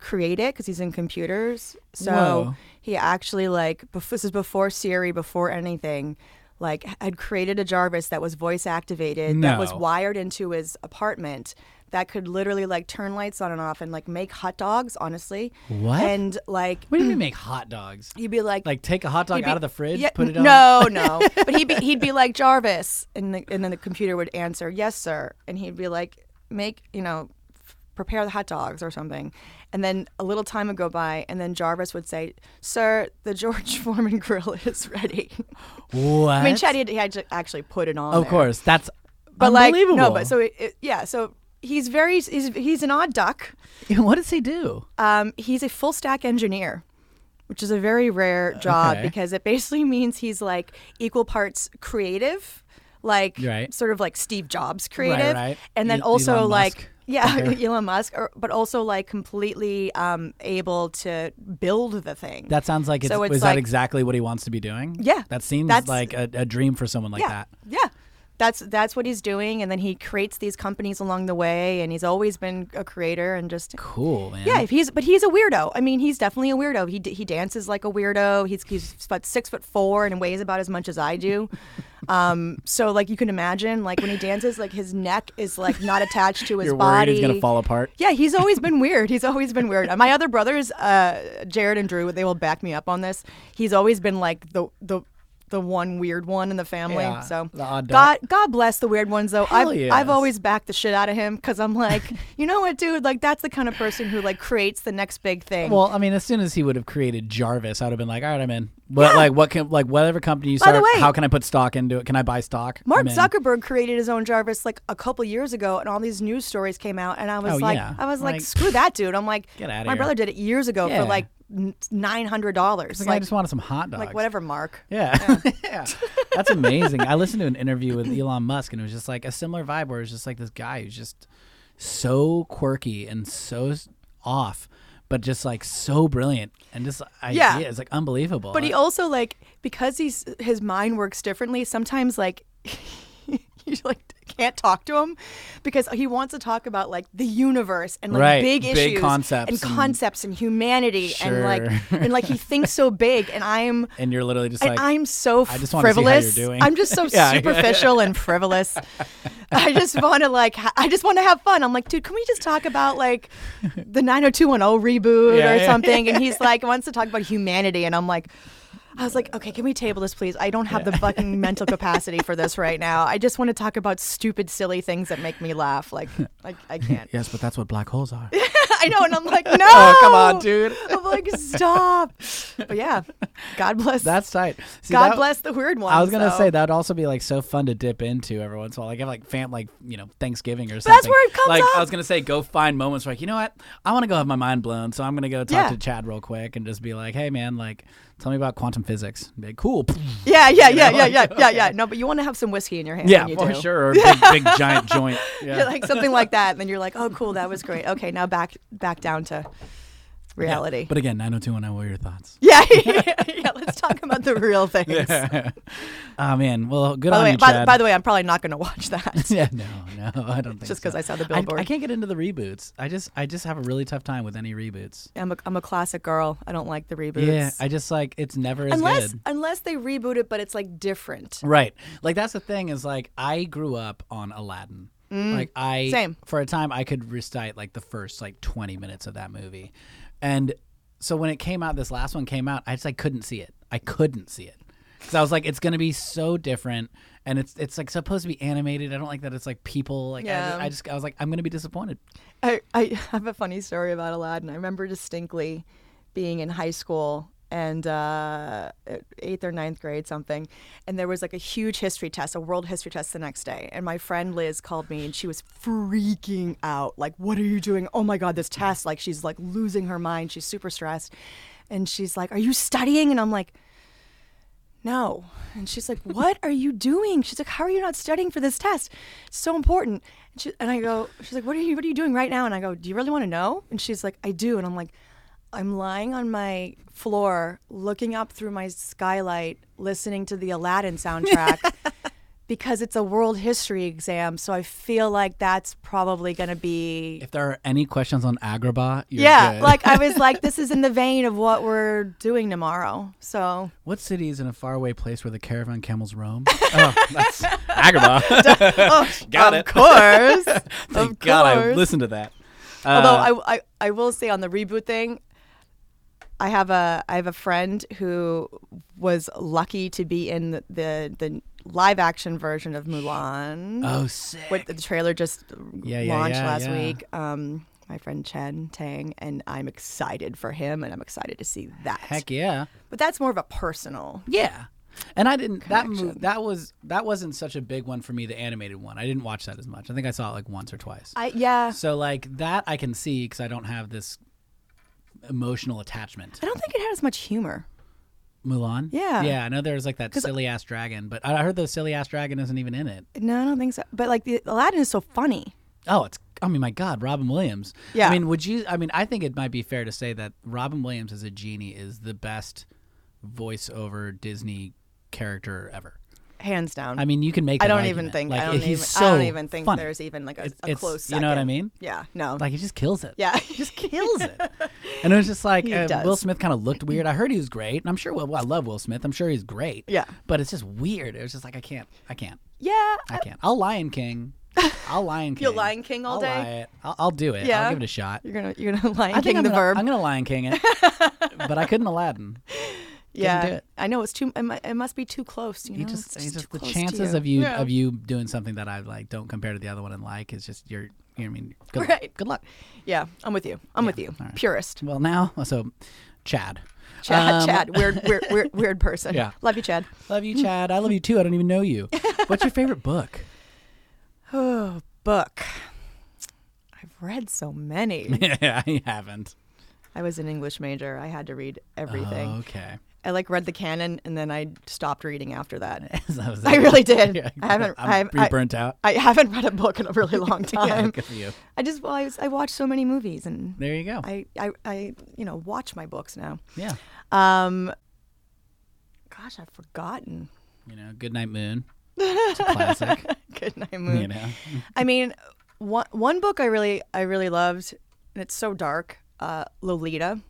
create it because he's in computers. So Whoa. he actually like bef- this is before Siri, before anything. Like had created a Jarvis that was voice activated, that was No. wired into his apartment, that could literally like turn lights on and off and like make hot dogs. Honestly, What? And like What do you mean make hot dogs? you'd be like, Like take a hot dog He'd be- out of the fridge, yeah, put it n- on. No, no. But he'd be he'd be like Jarvis, and the, and then the computer would answer yes, sir, and he'd be like, make you know, f- prepare the hot dogs or something, and then a little time would go by, and then Jarvis would say, sir, the George Foreman grill is ready. What? I mean, Chad had, he had to actually put it on. Of there. course, that's but like unbelievable. no, but so it, it- yeah, so he's very he's he's an odd duck. what does he do? Um, he's a full stack engineer, which is a very rare job Uh, okay. because it basically means he's like equal parts creative, like Right. sort of like Steve Jobs creative, right. and then E- also Elon like Musk. yeah, Elon Musk, or, but also like completely um, able to build the thing. That sounds like it's, So it's is that like- exactly what he wants to be doing? Yeah, That seems that's- like a, a dream for someone like yeah, that. yeah. That's that's what he's doing, and then he creates these companies along the way, and he's always been a creator and just Cool, man. Yeah, if he's but he's a weirdo. I mean, he's definitely a weirdo. He d- he dances like a weirdo. He's he's about six foot four and weighs about as much as I do. Um, so like you can imagine, like when he dances, like his neck is like not attached to his You're worried body. he's gonna fall apart. Yeah, he's always been weird. He's always been weird. My other brothers, uh, Jared and Drew, they will back me up on this. He's always been like the the the one weird one in the family. Yeah, so the odd God God bless the weird ones though. Hell I've yes. I've always backed the shit out of him because I'm like, you know what, dude? Like that's the kind of person who like creates the next big thing. Well, I mean, as soon as he would have created Jarvis, I would have been like, "All right, I'm in." But like, what can like whatever company you By the start? way- how can I put stock into it? Can I buy stock? Mark I'm in. Zuckerberg created his own Jarvis like a couple years ago, and all these news stories came out, and I was Oh, like, yeah. I was like, Like, screw that dude. I'm like, get outta my here. brother did it years ago Yeah. for like nine hundred dollars, Like, I like just wanted some hot dogs. like whatever, Mark. Yeah. Yeah. That's amazing. I listened to an interview with Elon Musk and it was just like a similar vibe where it was just like this guy who's just so quirky and so s- off, but just like so brilliant and just Yeah. ideas. Like unbelievable. But he also like because he's his mind works differently. Sometimes like you like can't talk to him because he wants to talk about like the universe and like Right, big big issues concepts and and- concepts and humanity and like Sure. and like he thinks so big and I'm and you're literally just and like, I'm so I just wanna see how you're frivolous. doing. I'm just so Yeah, yeah, superficial and frivolous. I just want to like ha- I just want to have fun. I'm like, dude, can we just talk about like the 90210 reboot Yeah, or yeah. something? And he's like wants to talk about humanity and I'm like I was like, okay, can we table this, please? I don't have the fucking mental capacity for this right now. I just want to talk about stupid, silly things that make me laugh. Like, like I can't. yes, but that's what black holes are. I know, and I'm like, no, Oh, come on, dude. I'm like, stop. But yeah, God bless. That's tight. See, God that- bless the weird one. I was gonna so. say that would also be like so fun to dip into every once in a while. Like have like fam like you know Thanksgiving or something. where it comes Like I up. was gonna say go find moments where, like you know what I want to go have my mind blown, so I'm gonna go talk Yeah. to Chad real quick and just be like, hey man, like tell me about quantum physics. Be like, cool. Yeah, yeah, yeah, know, yeah, like, yeah, yeah, yeah. No, but you want to have some whiskey in your hand. yeah, when you for do. sure. Or a big, big giant joint. Yeah, like something like that, and then you're like, oh, cool, that was great. Okay, now back back down to reality. But again, 90210, what are your thoughts? Yeah, yeah, yeah. Let's talk about the real things. oh man, well good By on the way, you, by, Chad. by the way, I'm probably not going to watch that. yeah, no, no, I don't think Just so. 'cause I saw the I- billboard. I can't get into the reboots. I just, I just have a really tough time with any reboots. I'm a, I'm a classic girl. I don't like the reboots. Yeah, I just like it's never as unless good. unless they reboot it, but it's like different. Right. Like that's the thing is like I grew up on Aladdin. Like I Mm, Same. for a time I could recite like the first like 20 minutes of that movie. And so when it came out this last one came out, I just I couldn't see it. I couldn't see it. Cuz I was like it's going to be so different and it's it's like supposed to be animated. I don't like that it's like people like I- Yeah. I, just I was like I'm going to be disappointed. I, I have a funny story about Aladdin. I remember distinctly being in high school and uh, eighth or ninth grade, something. And there was like a huge history test, a world history test the next day. And my friend Liz called me and she was freaking out. Like, what are you doing? Oh my God, this test. Like, she's like losing her mind. She's super stressed. And she's like, Are you studying? And I'm like, no. And she's like, What are you doing? She's like, How are you not studying for this test? It's so important. And, she, and I go, She's like, what are, you, what are you doing right now? And I go, Do you really want to know? And she's like, I do. And I'm like, I'm lying on my floor, looking up through my skylight, listening to the Aladdin soundtrack because it's a world history exam. So I feel like that's probably going to be If there are any questions on Agrabah, you're yeah, good. like I was like, this is in the vein of what we're doing tomorrow. So What city is in a faraway place where the caravan camels roam? oh, that's Agrabah. Got of it. course, Thank of God I course. listened Uh. to that. Although I, I, I will say on the reboot thing, I have a I have a friend who was lucky to be in the the, the live action version of Mulan. Oh, sick. What the trailer just Yeah, yeah, launched yeah, last yeah. week. Um, my friend Chen Tang and I'm excited for him, and I'm excited to see that. Heck yeah. But that's more of a personal. Yeah. And I didn't that Connection. move that was that wasn't such a big one for me, the animated one. I didn't watch that as much. I think I saw it like once or twice. I yeah. so like that I can see because I don't have this emotional attachment. I don't think it had as much humor. Mulan. Yeah. Yeah. I know there's like that silly ass dragon, but I heard the silly ass dragon isn't even in it. No, I don't think so. But like the Aladdin is so funny. Oh, it's. I mean, my God, Robin Williams. Yeah. I mean, would you? I mean, I think it might be fair to say that Robin Williams as a genie is the best voiceover Disney character ever. Hands down. I mean, you can make. I that don't even argument. think Like, I don't he's even so I don't even think funny. there's even like a, It's- a it's- close. you know what I second. mean? Yeah. No. Like he just kills it. yeah. He just kills it. and it was just like He uh, does. Will Smith kind of looked weird. I heard he was great, and I'm sure. Well, I love Will Smith. I'm sure he's great. Yeah. But it's just weird. It was just like I can't. I can't. yeah. I can't. I'll Lion King. I'll Lion King. You'll Lion King all I'll day? lie it. I'll, I'll do it. I'll Yeah. give it a shot. You're gonna you're gonna Lion I King think I'm the gonna, verb. I'm gonna Lion King it, but I couldn't Aladdin. yeah. do it. I know it's too. It, mu- it must be too close. You know. You just, it's it's just too the close to chances of you Yeah. of you doing something that I like don't compare to the other one and like is just you're. You know what I mean, good luck. Right. Good luck. Yeah. I'm with you. I'm with you. all right. Purist. Well, now, so Chad. Chad. Um, Chad. Weird. Weird. Weird. Weird person. Yeah. Love you, Chad. Love you, Chad. I love you too. I don't even know you. What's your favorite book? Oh, book. I've read so many. yeah, I haven't. I was an English major. I had to read everything. Okay. I like read the canon and then I stopped reading after that. So that was I it. really did. Yeah, I haven't. I'm I've- pretty I, burnt out. I haven't read a book in a really long Yeah, time. good for you. I just well, I, was, I watched so many movies and There you go. I, I I you know watch my books now. yeah. Um, gosh, I've forgotten. You know, Good Night Moon. It's a classic. Good night, you moon. know. I mean, one one book I really I really loved, and it's so dark. Uh, Lolita.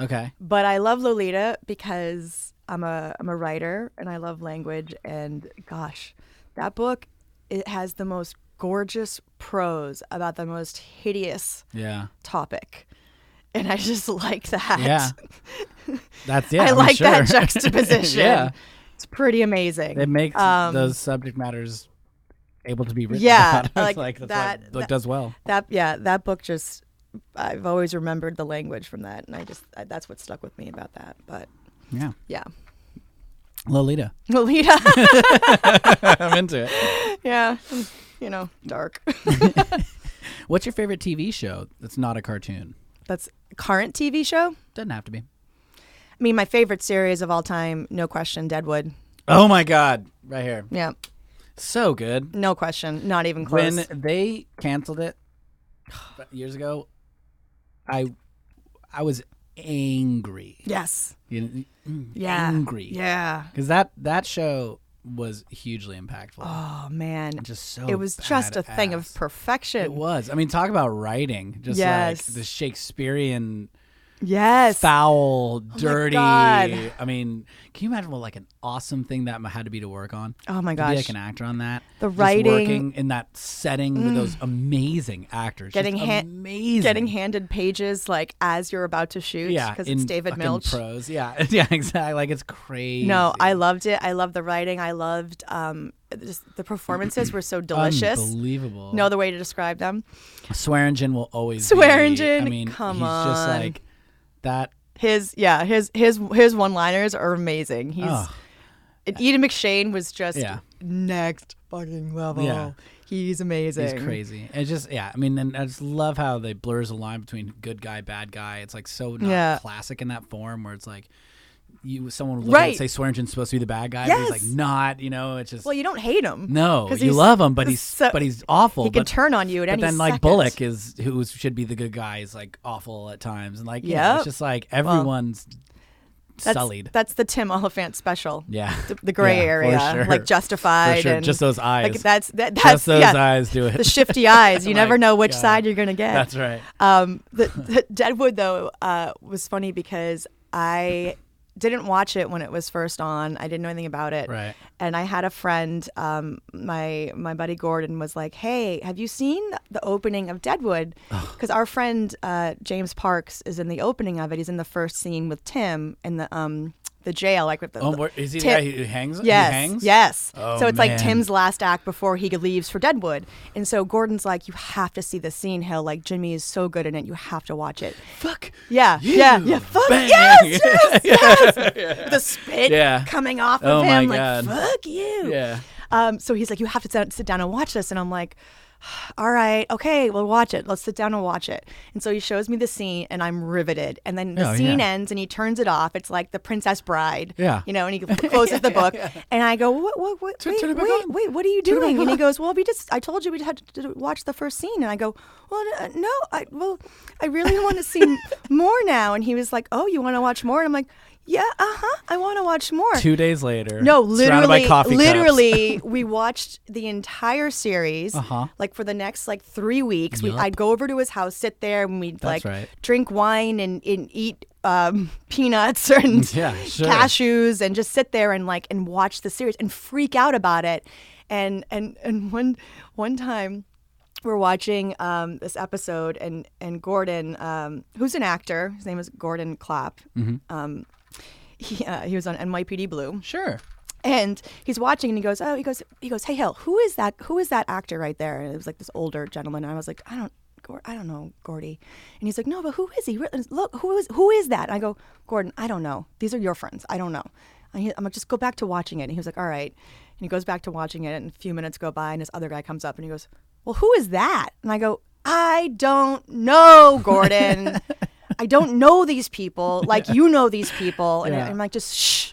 Okay. but I love Lolita because I'm a I'm a writer and I love language and gosh, that book it has the most gorgeous prose about the most hideous Yeah. topic. And I just like that. Yeah. That's yeah. I I'm like sure. that juxtaposition. yeah. It's pretty amazing. It makes Um, those subject matters able to be written. Yeah, about. It's like like that's that- why the book does well. that yeah, that book just I've always remembered the language from that and I just I, that's what stuck with me about that. But Yeah. yeah. Lolita. Lolita. I'm into it. yeah. You know, dark. What's your favorite TV show that's not a cartoon? That's current TV show. Doesn't have to be. I mean, my favorite series of all time, no question, Deadwood. Oh my God. Right here. Yeah, So good. no question, not even close. When they canceled it years ago, I I was angry. yes. You know, Yeah. Angry. Yeah. Because that that show was hugely impactful. Oh man, just so. it was just a thing of badass. perfection. It was. I mean, talk about writing. Just Yes. like the Shakespearean Yes. Oh foul, dirty. God. I mean, can you imagine what like an awesome thing that had to be to work on? Oh my To be like gosh. an actor on that. The Just writing. Mm. working in that setting with those amazing actors. Getting Just ha- amazing. Getting handed pages like as you're about to shoot. yeah, Because in it's David fucking Milch. Prose. Yeah, yeah, exactly. Like it's crazy. No, I loved it. I loved the writing. I loved um, just the performances were so delicious. Unbelievable. No other way to describe them. Swearingen will always. Swearingen, Be, I mean, come he's just on. like that. His yeah, his his his one-liners are amazing. He's Oh. and Eden McShane was just Yeah. next fucking level. Yeah. He's amazing. He's crazy. It's just yeah. I mean, and I just love how they blurs the line between good guy, bad guy. It's like so not Yeah. classic in that form where it's like you someone would look at it Right. and say Swearingen's supposed to be the bad guy, but Yes. he's like not. You know, it's just Well, you don't hate him. no. 'cause You he's- love him, but he's so- but he's awful. He can but, turn on you at but any then like second. Bullock is who is- should be the good guy is like awful at times, and like yeah, Yep. it's just like everyone's that's, sullied. That's the Tim Oliphant special. yeah, The, the gray Yeah, for area, sure. like justified for sure. and just those eyes. like that's that, that's just those yeah, eyes do the it. shifty eyes. You My never know which God. side you're gonna get. That's right. Um, the, the Deadwood though uh, was funny because I didn't watch it when it was first on. I didn't know anything about it. Right. And I had a friend, um, my my buddy Gordon was like, "Hey, have you seen the opening of Deadwood? Because our friend uh, James Parks is in the opening of it. He's in the first scene with Tim in the um the jail, like with the, Oh, the- where- is he Tim- the guy who hangs? who Yes. hangs? Yes. Oh, so it's man. like Tim's last act before he leaves for Deadwood. And so Gordon's like, you have to see the scene, Hill. Like, Jimmy is so good in it. You have to watch it. Fuck. Yeah. you. Yeah. Yeah. Fuck Bang. yes. Yes. yes. The spit Yeah. coming off Oh, of my him. like, God. fuck you. Yeah. Um, so he's like, you have to sit- sit down and watch this. And I'm like, all right, okay, we'll watch it. Let's sit down and watch it. And so he shows me the scene, and I'm riveted. And then the Oh, scene yeah. ends, and he turns it off. It's like The Princess Bride. Yeah. You know, and he closes the book. And I go, what, what, what, Turn- wait, turn it back wait, on. wait, what are you it back doing? And he on. goes, well, we just, I told you we had to watch the first scene. And I go, well, n- no, I, well, I really want to see more now. And he was like, oh, you want to watch more? And I'm like, yeah, uh huh, I want to watch more. Two days later. No, surrounded by literally, coffee cups. literally, we watched the entire series. Uh-huh. Like for the next like three weeks, we, Yup. I'd go over to his house, sit there, and we'd That's like right. drink wine and, and eat um, peanuts and Yeah, sure. cashews, and just sit there and like and watch the series and freak out about it. And and and one one time. We're watching um, this episode, and and Gordon, um, who's an actor, his name is Gordon Clapp. Mm-hmm. Um, he, uh, he was on NYPD Blue, Sure. and he's watching and he goes, Oh, he goes, he goes, Hey Hill, who is that who is that actor right there? And it was like this older gentleman. And I was like, I don't Gor- I don't know, Gordy. And he's like, No, but who is he? Re- Look, who is who is that? And I go, Gordon, I don't know. These are your friends. I don't know. And he, I'm like, just go back to watching it. And he was like, All right. And he goes back to watching it and a few minutes go by and this other guy comes up and he goes, Well, who is that? And I go, I don't know, Gordon. I don't know these people. Like you know these people. And I- Yeah. I'm like, just shh.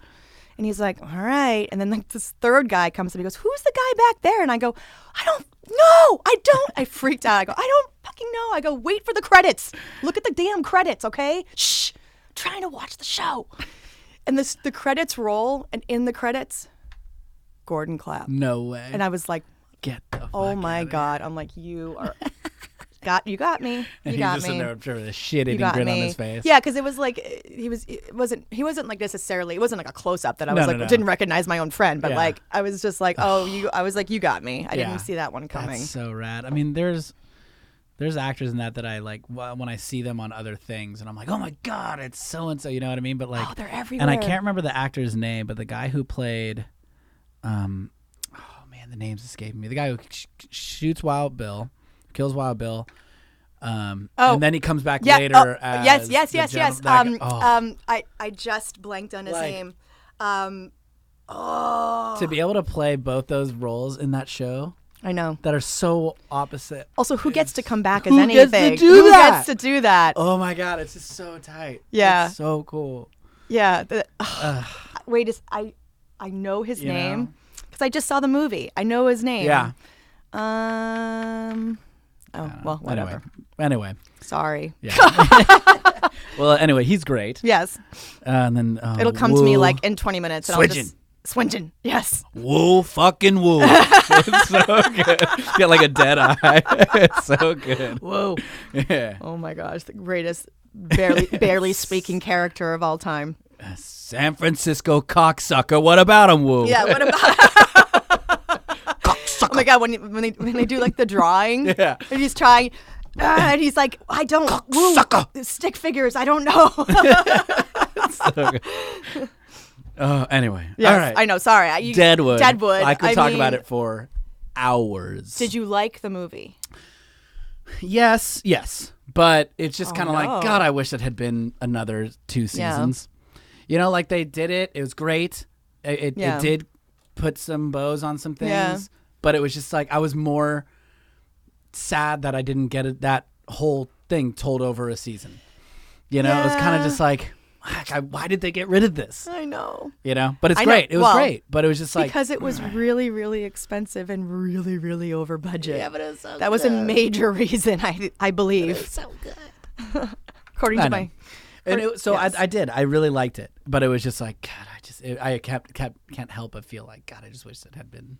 And he's like, all right. And then like this third guy comes up. He goes, who's the guy back there? And I go, I don't know. I don't. I freaked out. I go, I don't fucking know. I go, wait for the credits. Look at the damn credits, okay? Shh. Trying to watch the show. And this the credits roll, and in the credits, Gordon Clapp. No way. And I was like, Get the oh fuck my outta god. I'm like, you are. Got you got me. You And he's got just me. in there sure, with a shit You eating got grin on me. his face. Yeah, because it was like uh, he was it wasn't he wasn't like necessarily it wasn't like a close up that I No, was no, like no. didn't recognize my own friend, but Yeah. like I was just like oh you I was like you got me I Yeah. didn't see that one coming. That's so rad. I mean, there's there's actors in that that I like wh- when I see them on other things, and I'm like, oh my god, it's so and so. You know what I mean? But like, oh, they're and everywhere. I can't remember the actor's name, but the guy who played, um, oh man, the name's escaping me. The guy who sh- sh- shoots Wild Bill, kills Wild Bill, um, Oh. and then he comes back Yeah. later. oh, as yes. Yes. the Yes. Yes. gentleman- that Um. guy- oh, Um. I I just blanked on his Like- name. Um. Oh. to be able to play both those roles in that show I know. that are so opposite. Also, who gets to come back as Who anything? gets to do who that? gets to do that? Oh my god, it's just so tight. Yeah. It's so cool. Yeah. The, wait, is I I know his You know? name because I just saw the movie. I know his name. Yeah. Um. Oh well, whatever. Anyway. anyway. Sorry. Yeah. well, anyway, he's great. Yes, Uh, and then uh, it'll come to me woo- like in 20 minutes. And I'll just, Swingen. Yes. woo fucking woo. it's so good. You get like a dead eye. it's so good. Whoa. Yeah. Oh my gosh, the greatest barely barely speaking character of all time. San Francisco cocksucker. What about him, Woo? Yeah, what about? Cocksucker. Oh my god, when, when they when they do like the drawing, Yeah. and he's trying, uh, and he's like, I don't woo, Sucker. stick figures, I don't know. Oh, anyway. Yes, All right. I know. Sorry, I- you, Deadwood. Deadwood. I could I talk about mean, it for hours. Did you like the movie? Yes, yes. But it's just Oh, kind of no. like, God, I wish it had been another two Yeah. seasons. You know, like they did it. It was great. It, it, Yeah. it did put some bows on some things. Yeah. But it was just like, I was more sad that I didn't get it, that whole thing told over a season. You know, it was kind of Yeah. just like, "Heck, I- why did they get rid of this? I know You know, but it's I know. great. It was Well, great, but it was just like because it was really, really expensive and really, really over budget. Yeah, but it was so that was a good. major reason. I I believe, so good. according I to know. my. And it, so Yes. I, I did. I really liked it, but it was just like God. I just it, I kept kept can't help but feel like God. I just wish it had been.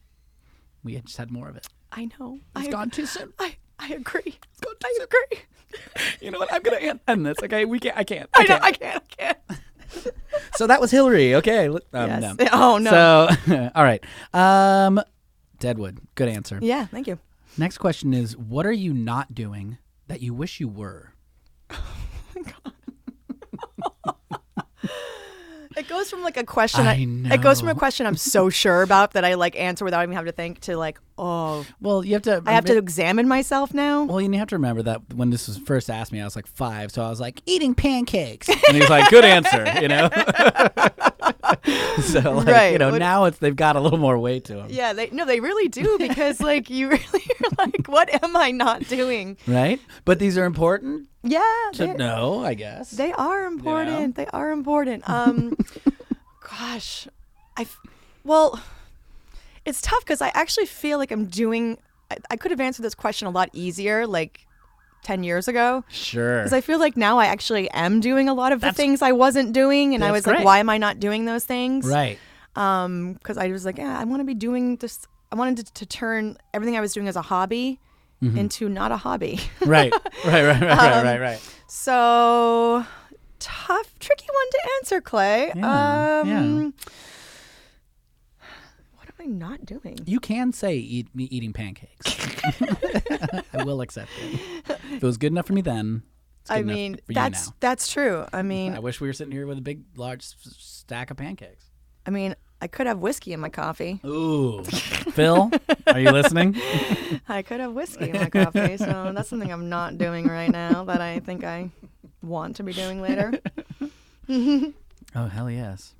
We had just had more of it. I know. It's I, gone too soon. I I agree. gone too I soon. agree. You know what? I'm gonna end, end this. Okay, we can't. I can't. I know. I can't. I can't. So that was Hillary. Okay. li- Um, Yes. no. Oh no. So all right. Um, Deadwood. Good answer. yeah. Thank you. Next question is: What are you not doing that you wish you were? It goes from like a question. I I, It goes from a know. question I'm so sure about that I like answer without even having to think to like, oh, Well, you have to. I have to examine myself now. Well, and you have to remember that when this was first asked me, I was like five, so I was like eating pancakes, and he was like, "Good answer," you know. so, like, you Right, know, what- now it's they've got a little more weight to them, Yeah, they no, they really do because like you really are like, what am I not doing? right? But these are important Yeah, to they, know, I guess. they are important. They are important. Um, gosh, I, f- well, it's tough because I actually feel like I'm doing. I, I could have answered this question a lot easier, like ten years ago. sure. Because I feel like now I actually am doing a lot of the That's- things I wasn't doing, and I that's was great. like, why am I not doing those things? right. Um, because I was like, yeah, I want to be doing this. I wanted to, to turn everything I was doing as a hobby Mm-hmm. into not a hobby. Right. Right. Right. Right. right. Um, Right. Right. so tough, tricky one to answer, Clay. Yeah, um, yeah. What am I not doing? You can say eat me eating pancakes. I will accept it. If it was good enough for me then. It's good I enough mean, for you that's now. that's true. I I mean, wish we were sitting here with a big, large s- stack of pancakes. I mean, I could have whiskey in my coffee. Ooh, Phil, are you listening? I could have whiskey in my coffee, so that's something I'm not doing right now, but I think I want to be doing later. Oh hell yes.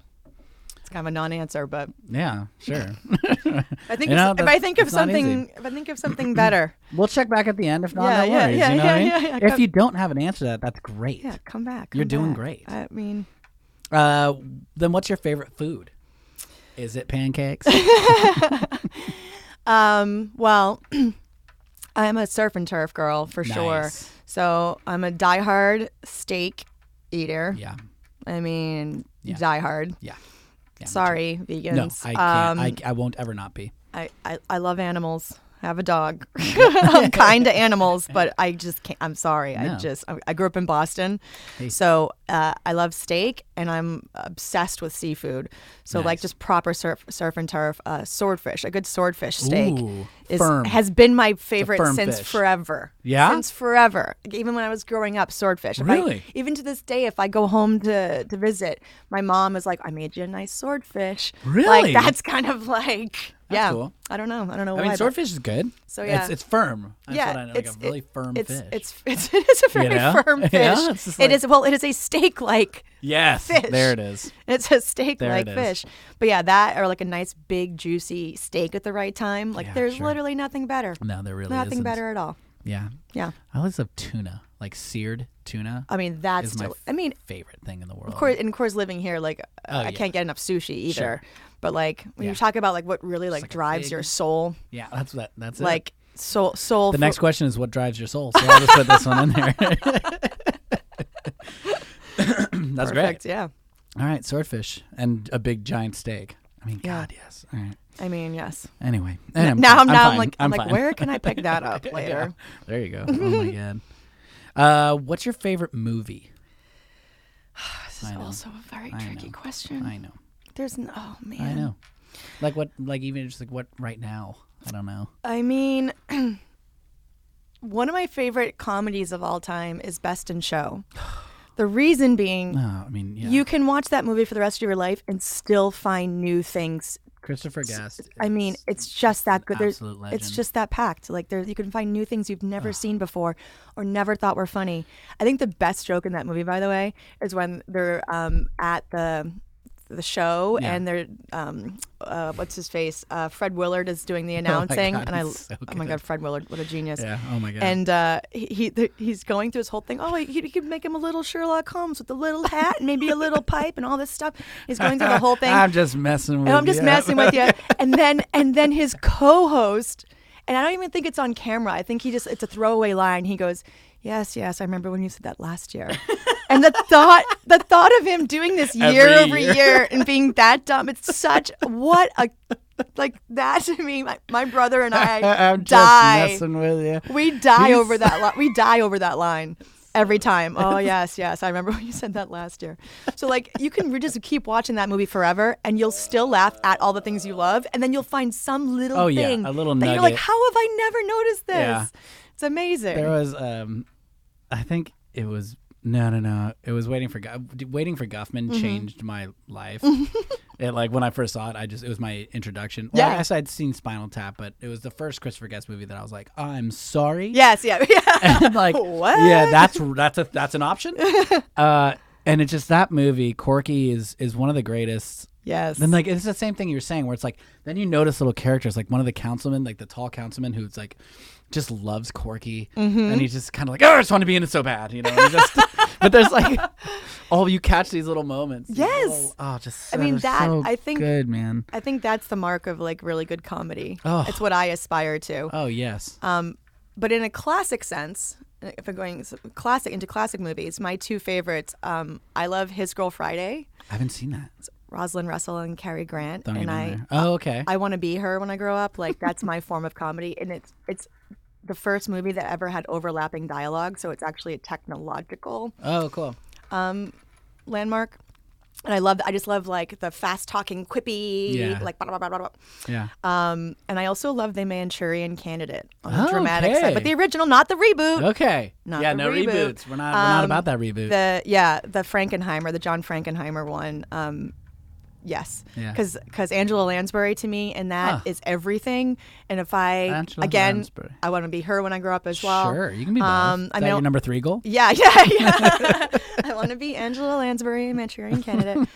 It's kind of a non-answer, but Yeah, sure. I You think if, know, so- if I that's- think of that's not something, if I think of something better, we'll check back at the end. If not, Yeah, no yeah, worries. yeah, you know what I mean? yeah, yeah, If come- you don't have an answer to that, that's great. yeah, come back. You're come doing back. great. I mean, Uh, then what's your favorite food? Is it pancakes? um, well, I'm a surf and turf girl for sure. Nice. So I'm a diehard steak eater. yeah, I mean, Yeah. diehard. yeah. yeah me Sorry, too. No, vegans. I can't. Um, I, I won't ever not be. I, I, I love animals. I have a dog. I'm kind to animals, but I just can't. I'm sorry. No. I just, I, I grew up in Boston. So uh, I love steak and I'm obsessed with seafood. So, like, Nice. just proper surf, surf and turf, uh, swordfish, a good swordfish steak. Ooh, Is, firm. has been my favorite firm since fish. forever. Yeah? since forever. Like, even when I was growing up, swordfish. If I- Really? even to this day, if I go home to to visit, my mom is like, "I made you a nice swordfish." Really? Like that's kind of like yeah. cool. I don't know. I don't know I why. mean, but- swordfish is good. So, it's, yeah. it's firm. That's yeah, what I know. Like it's a really it- firm it's, fish. It's it's it is a very know? firm Yeah, fish. it's just It like- is well, it is a steak like. yes, fish. there it is. It's a steak like it is. fish. But yeah, that or like a nice big juicy steak at the right time. Like Yeah, there's sure. literally nothing better. No, there really nothing isn't. better at all. Yeah, Yeah. I always love tuna, like seared tuna. I mean that's is my del- I mean favorite thing in the world. of course, and of course, living here, like I Oh, yeah. can't get enough sushi either. Sure. But like when Yeah. you talk about like what really like, like a drives big- your soul, Yeah, that's that. That's it. like soul, soul. The fo- next question is what drives your soul. So I'll just put this one in there. That's perfect, great. yeah. All right, swordfish and a big giant steak. I mean, Yeah. God, yes. All right. I mean, yes. Anyway, And I'm now fine. I'm now I'm fine. like I'm, like fine. where can I pick that up Yeah. later? There you go. Oh my god. Uh, what's your favorite movie? this is I know. also a very I tricky know. question. I know. There's no, oh man. I know. Like what? Like even just like what right now? I don't know. I mean, one of my favorite comedies of all time is Best in Show. The reason being, No, I mean, Oh, yeah. you can watch that movie for the rest of your life and still find new things. Christopher Guest. I mean, is it's just that good. There's, absolute it's legend. just that packed. Like there, you can find new things you've never seen before or never thought were funny. I think the best joke in that movie, by the way, is when they're um, at the the show Yeah. and they're um, uh, what's his face? Uh, Fred Willard is doing the announcing, Oh God, and I he's so oh my good. god, Fred Willard, what a genius! Yeah. Oh my god. And uh, he he- th- he's going through his whole thing. Oh, he, he could make him a little Sherlock Holmes with a little hat and maybe a little pipe and all this stuff. He's going through the whole thing. I'm just messing with. and I'm just you. messing with you. And then and then his co-host, and I don't even think it's on camera. I think he just it's a throwaway line. He goes, "Yes, yes, I remember when you said that last year." and the thought the thought of him doing this year Every over year. year. and being that dumb, it's such what a like that to me. My, my brother and I I'm just die. messing with you. We die He's- over that. Li- we die over that line every time. Oh yes, yes. I remember when you said that last year. So like, you can re- just keep watching that movie forever, and you'll still laugh at all the things you love, and then you'll find some little Oh, yeah, thing a little that you're like, nugget. how have I never noticed this? Yeah. It's amazing. There was, um, I think it was no, no, no. It was waiting for Go- waiting for Guffman Mm-hmm. changed my life. it like when I first saw it, I just it was my introduction. Well, I Yeah. guess I'd seen Spinal Tap, but it was the first Christopher Guest movie that I was like, I'm sorry. yes, yeah, yeah. I'm like, What? yeah, that's that's a that's an option. uh, and it's just that movie, Corky is is one of the greatest. yes. Then like it's the same thing you're saying, where it's like then you notice little characters, like one of the councilmen, like the tall councilman who's like just loves Corky, Mm-hmm. and he's just kind of like, oh, I just want to be in it so bad, you know. and he just- but there's like, oh, you catch these little moments. these Yes. little- oh, just I mean, they're that- so I think- good man. I think that's the mark of like really good comedy. Oh. It's what I aspire to. Oh yes, Um, but in a classic sense, if I'm going s- classic into classic movies, my two favorites, um, I love His Girl Friday, I haven't seen that. Rosalind Russell and Cary Grant, Don't and even I uh, know. Oh okay. I want to be her when I grow up. Like that's my form of comedy, and it's it's the first movie that ever had overlapping dialogue, so it's actually a technological oh cool. landmark. And I love I just love like the fast talking quippy Yeah. like blah, blah, blah, blah, blah. Yeah. Um, and I also love the Manchurian Candidate on the Oh, dramatic side, but okay. the original, not the reboot. Okay. Not yeah, the no reboot. reboots. We're not we're not Um, about that reboot. the yeah the frankenheimer the john frankenheimer one um yes Yeah. because angela lansbury to me and that is Huh. everything and if i Angela again Lansbury. i want to be her when i grow up as well sure, you can be both. um, Is I that your mean- number three goal? yeah yeah yeah i want to be angela lansbury manchurian candidate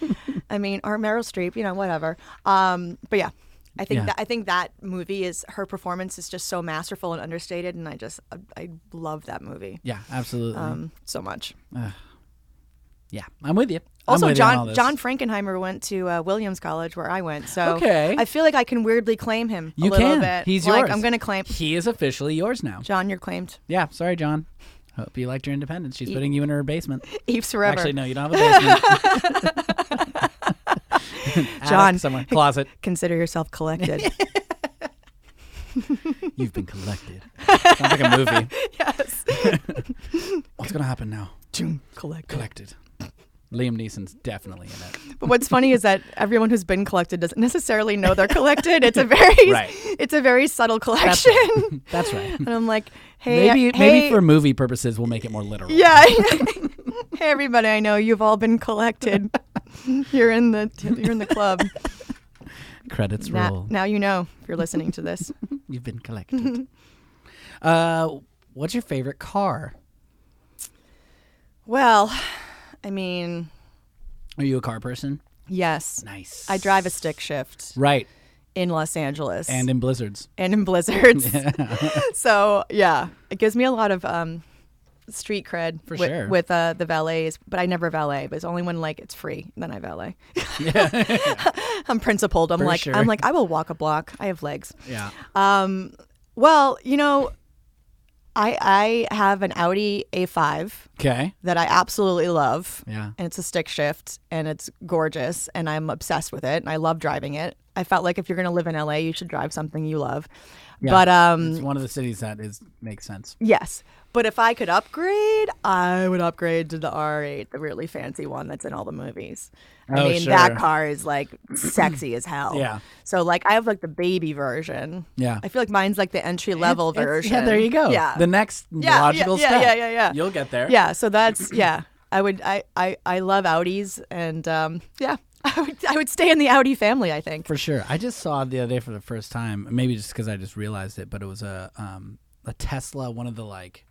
i mean or meryl streep you know whatever um but yeah I think Yeah. that I think that movie is her performance is just so masterful and understated, and I just I, I love that movie Yeah, absolutely. um, so much. yeah, I'm with you. I'm Also, with you on all John this. John Frankenheimer went to uh, Williams College where I went, so Okay. I feel like I can weirdly claim him you a little can. bit. He's like, yours. I'm gonna claim He is officially yours now. John. You're claimed. Yeah. Sorry, John. Hope you liked your independence. She's putting you in her basement. Eve's forever. Actually, no, you don't have a basement. Attic John. somewhere closet. Consider yourself collected. You've been collected. Sounds like a movie. yes. What's gonna happen now? Doom, collected. Collected. Liam Neeson's definitely in it. But what's funny is that everyone who's been collected doesn't necessarily know they're collected. It's a very Right. it's a very subtle That's collection. right. That's right. and I'm like, hey, uh, maybe hey, maybe for movie purposes, we'll make it more literal. Yeah. hey everybody, I know you've all been collected. you're in the you're in the club. Credits Now, roll. now you know if you're listening to this. You've been collected. uh, what's your favorite car? Well, I mean, Are you a car person? yes. Nice. I drive a stick shift Right, in Los Angeles and in blizzards. and in blizzards. so, yeah, it gives me a lot of um, street cred For with, sure. with uh, the valets, but I never valet, but it's only when like it's free, then I valet. yeah, I'm principled. I'm For like sure. I'm like I will walk a block. I have legs. yeah. Um, well, you know, I I have an Audi A5 Okay, that I absolutely love. yeah. and it's a stick shift and it's gorgeous and I'm obsessed with it and I love driving it. I felt like if you're going to live in LA, you should drive something you love. Yeah. But It's um one of the cities that is makes sense. yes. But if I could upgrade, I would upgrade to the R8, the really fancy one that's in all the movies. I Oh, mean, sure. that car is like sexy as hell. Yeah. So like, I have like the baby version. Yeah. I feel like mine's like the entry level It's- version. Yeah, there you go. Yeah. The next yeah, logical yeah, step. yeah, yeah, yeah. You'll get there. yeah. So that's yeah. I would. I. I. I love Audis, and um, yeah. I would. I would stay in the Audi family. I think. For sure. I just saw it the other day for the first time, maybe just because I just realized it, but it was a um, a Tesla, one of the like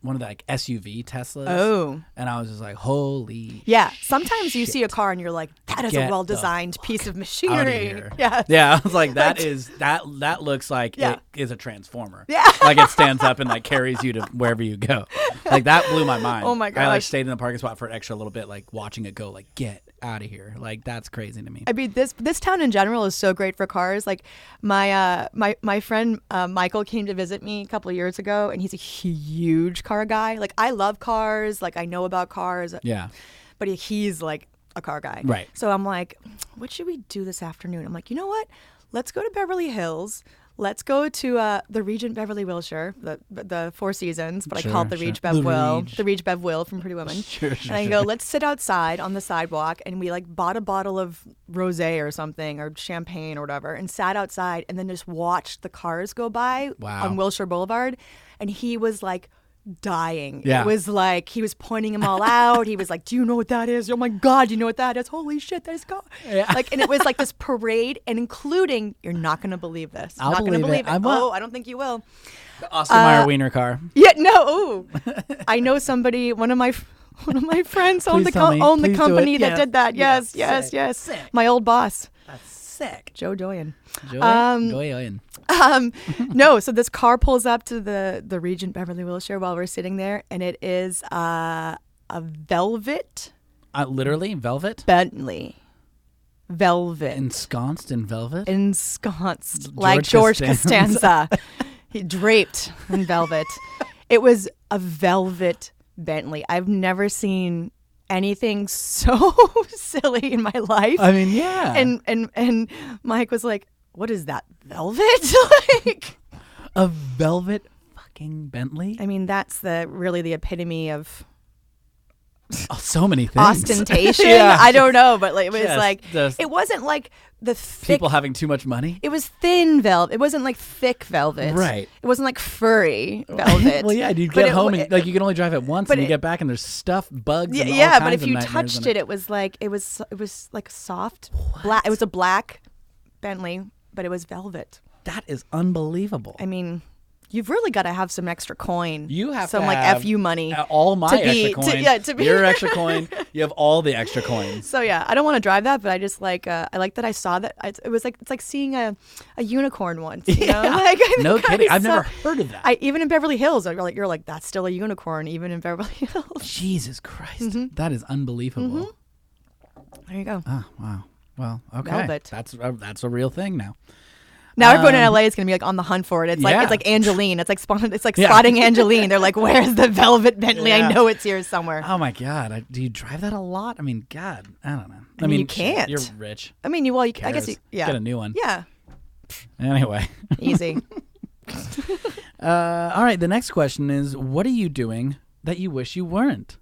one of the like SUV Teslas. Oh. And I was just like, holy Yeah. Sometimes you see a car and you're like, that is Get a the well designed piece of outta machinery. here. Yeah. Yeah. I was like, that is that that looks like Yeah. it is a transformer. Yeah. like it stands up and like carries you to wherever you go. Like that blew my mind. Oh my I like gosh. stayed in the parking spot for an extra little bit, like watching it go, like, get out of here. Like that's crazy to me. I mean, this this town in general is so great for cars. Like my uh, my my friend uh, Michael came to visit me a couple of years ago, and he's a huge car guy. Like I love cars. Like I know about cars. yeah. but he- he's like a car guy. Right. So I'm like, what should we do this afternoon? I'm like, you know what? Let's go to Beverly Hills. Let's go to uh, the Regent Beverly Wilshire, the the Four Seasons, but I Sure, call it the sure. Reach The Bev Will, Reg. the Reach Bev Will from Pretty Woman. Sure, sure, and I go, let's sit outside on the sidewalk, and we like bought a bottle of rosé or something, or champagne or whatever, and sat outside, and then just watched the cars go by Wow. on Wilshire Boulevard, and he was like dying. Yeah. It was like he was pointing them all out. He was like, "Do you know what that is? Oh my God, you know what that is? Holy shit, that is God!" Yeah. Like, and it was like this parade, and including, you're not gonna believe this. I'll not gonna believe it. believe it. I will. oh, I don't think you will. The Austin Uh, Meyer Wiener car. Yeah, no. Ooh. I know somebody. One of my one of my friends owned the Please tell co- me. owned the Please do it. company that Yes. did that. Yes, Yes. yes, Sick. yes. Sick. My old boss, That's sick. Joe Doyen. Joy, Um, Joy Oyen. um, no, so this car pulls up to the the Regent Beverly Wilshire while we're sitting there, and it is uh, a velvet Uh, literally velvet Bentley, velvet ensconced in velvet. ensconced like George George Costanza. Costanza, he draped in velvet. it was a velvet Bentley. I've never seen anything so silly in my life. I mean, Oh, yeah. and and and Mike was like, "What is that velvet?" like. a velvet fucking Bentley. I mean, that's the really the epitome of oh, so many things. ostentation. Yeah. I don't know, but like it was Just like the- it wasn't like the thick. People having too much money. it was thin velvet. It wasn't like thick velvet. Right. It wasn't like furry velvet. well, yeah, you But get it home w- and like you can only drive it once, but and you it- get back and there's stuff, bugs. Yeah, and all yeah, but kinds if of you nightmares touched in it, it was like it was it was like soft black. It was a black Bentley, but it was velvet. that is unbelievable. I mean, you've really got to have some extra coin. you have some to like have fu money. uh, All my to be- extra to- coin. yeah, to be- your extra coin. You have all the extra coins. So yeah, I don't want to drive that, but I just like uh, I like that I saw that. I, it was like it's like seeing a, a unicorn once. You know? like, I No think I kidding. I've saw- never heard of that. I even in Beverly Hills, you're like you're like that's still a unicorn, even in Beverly Hills. Jesus Christ, Mm-hmm. that is unbelievable. There you go. Ah, wow. Well, okay. Velvet. That's a, that's a real thing now. Now everyone in LA is gonna be like on the hunt for it. It's like Um, yeah. it's like Angeline. It's like spot, it's like Yeah. spotting Angeline. They're like, where's the velvet Bentley? Yeah. I know it's here somewhere. Oh my God, I, do you drive that a lot? I mean, God, I don't know. I, mean, you shit, can't. You're rich. I mean, you well, you, I guess Cares. you, yeah, Get a new one. yeah, Anyway, easy. uh, all right. The next question is, what are you doing that you wish you weren't?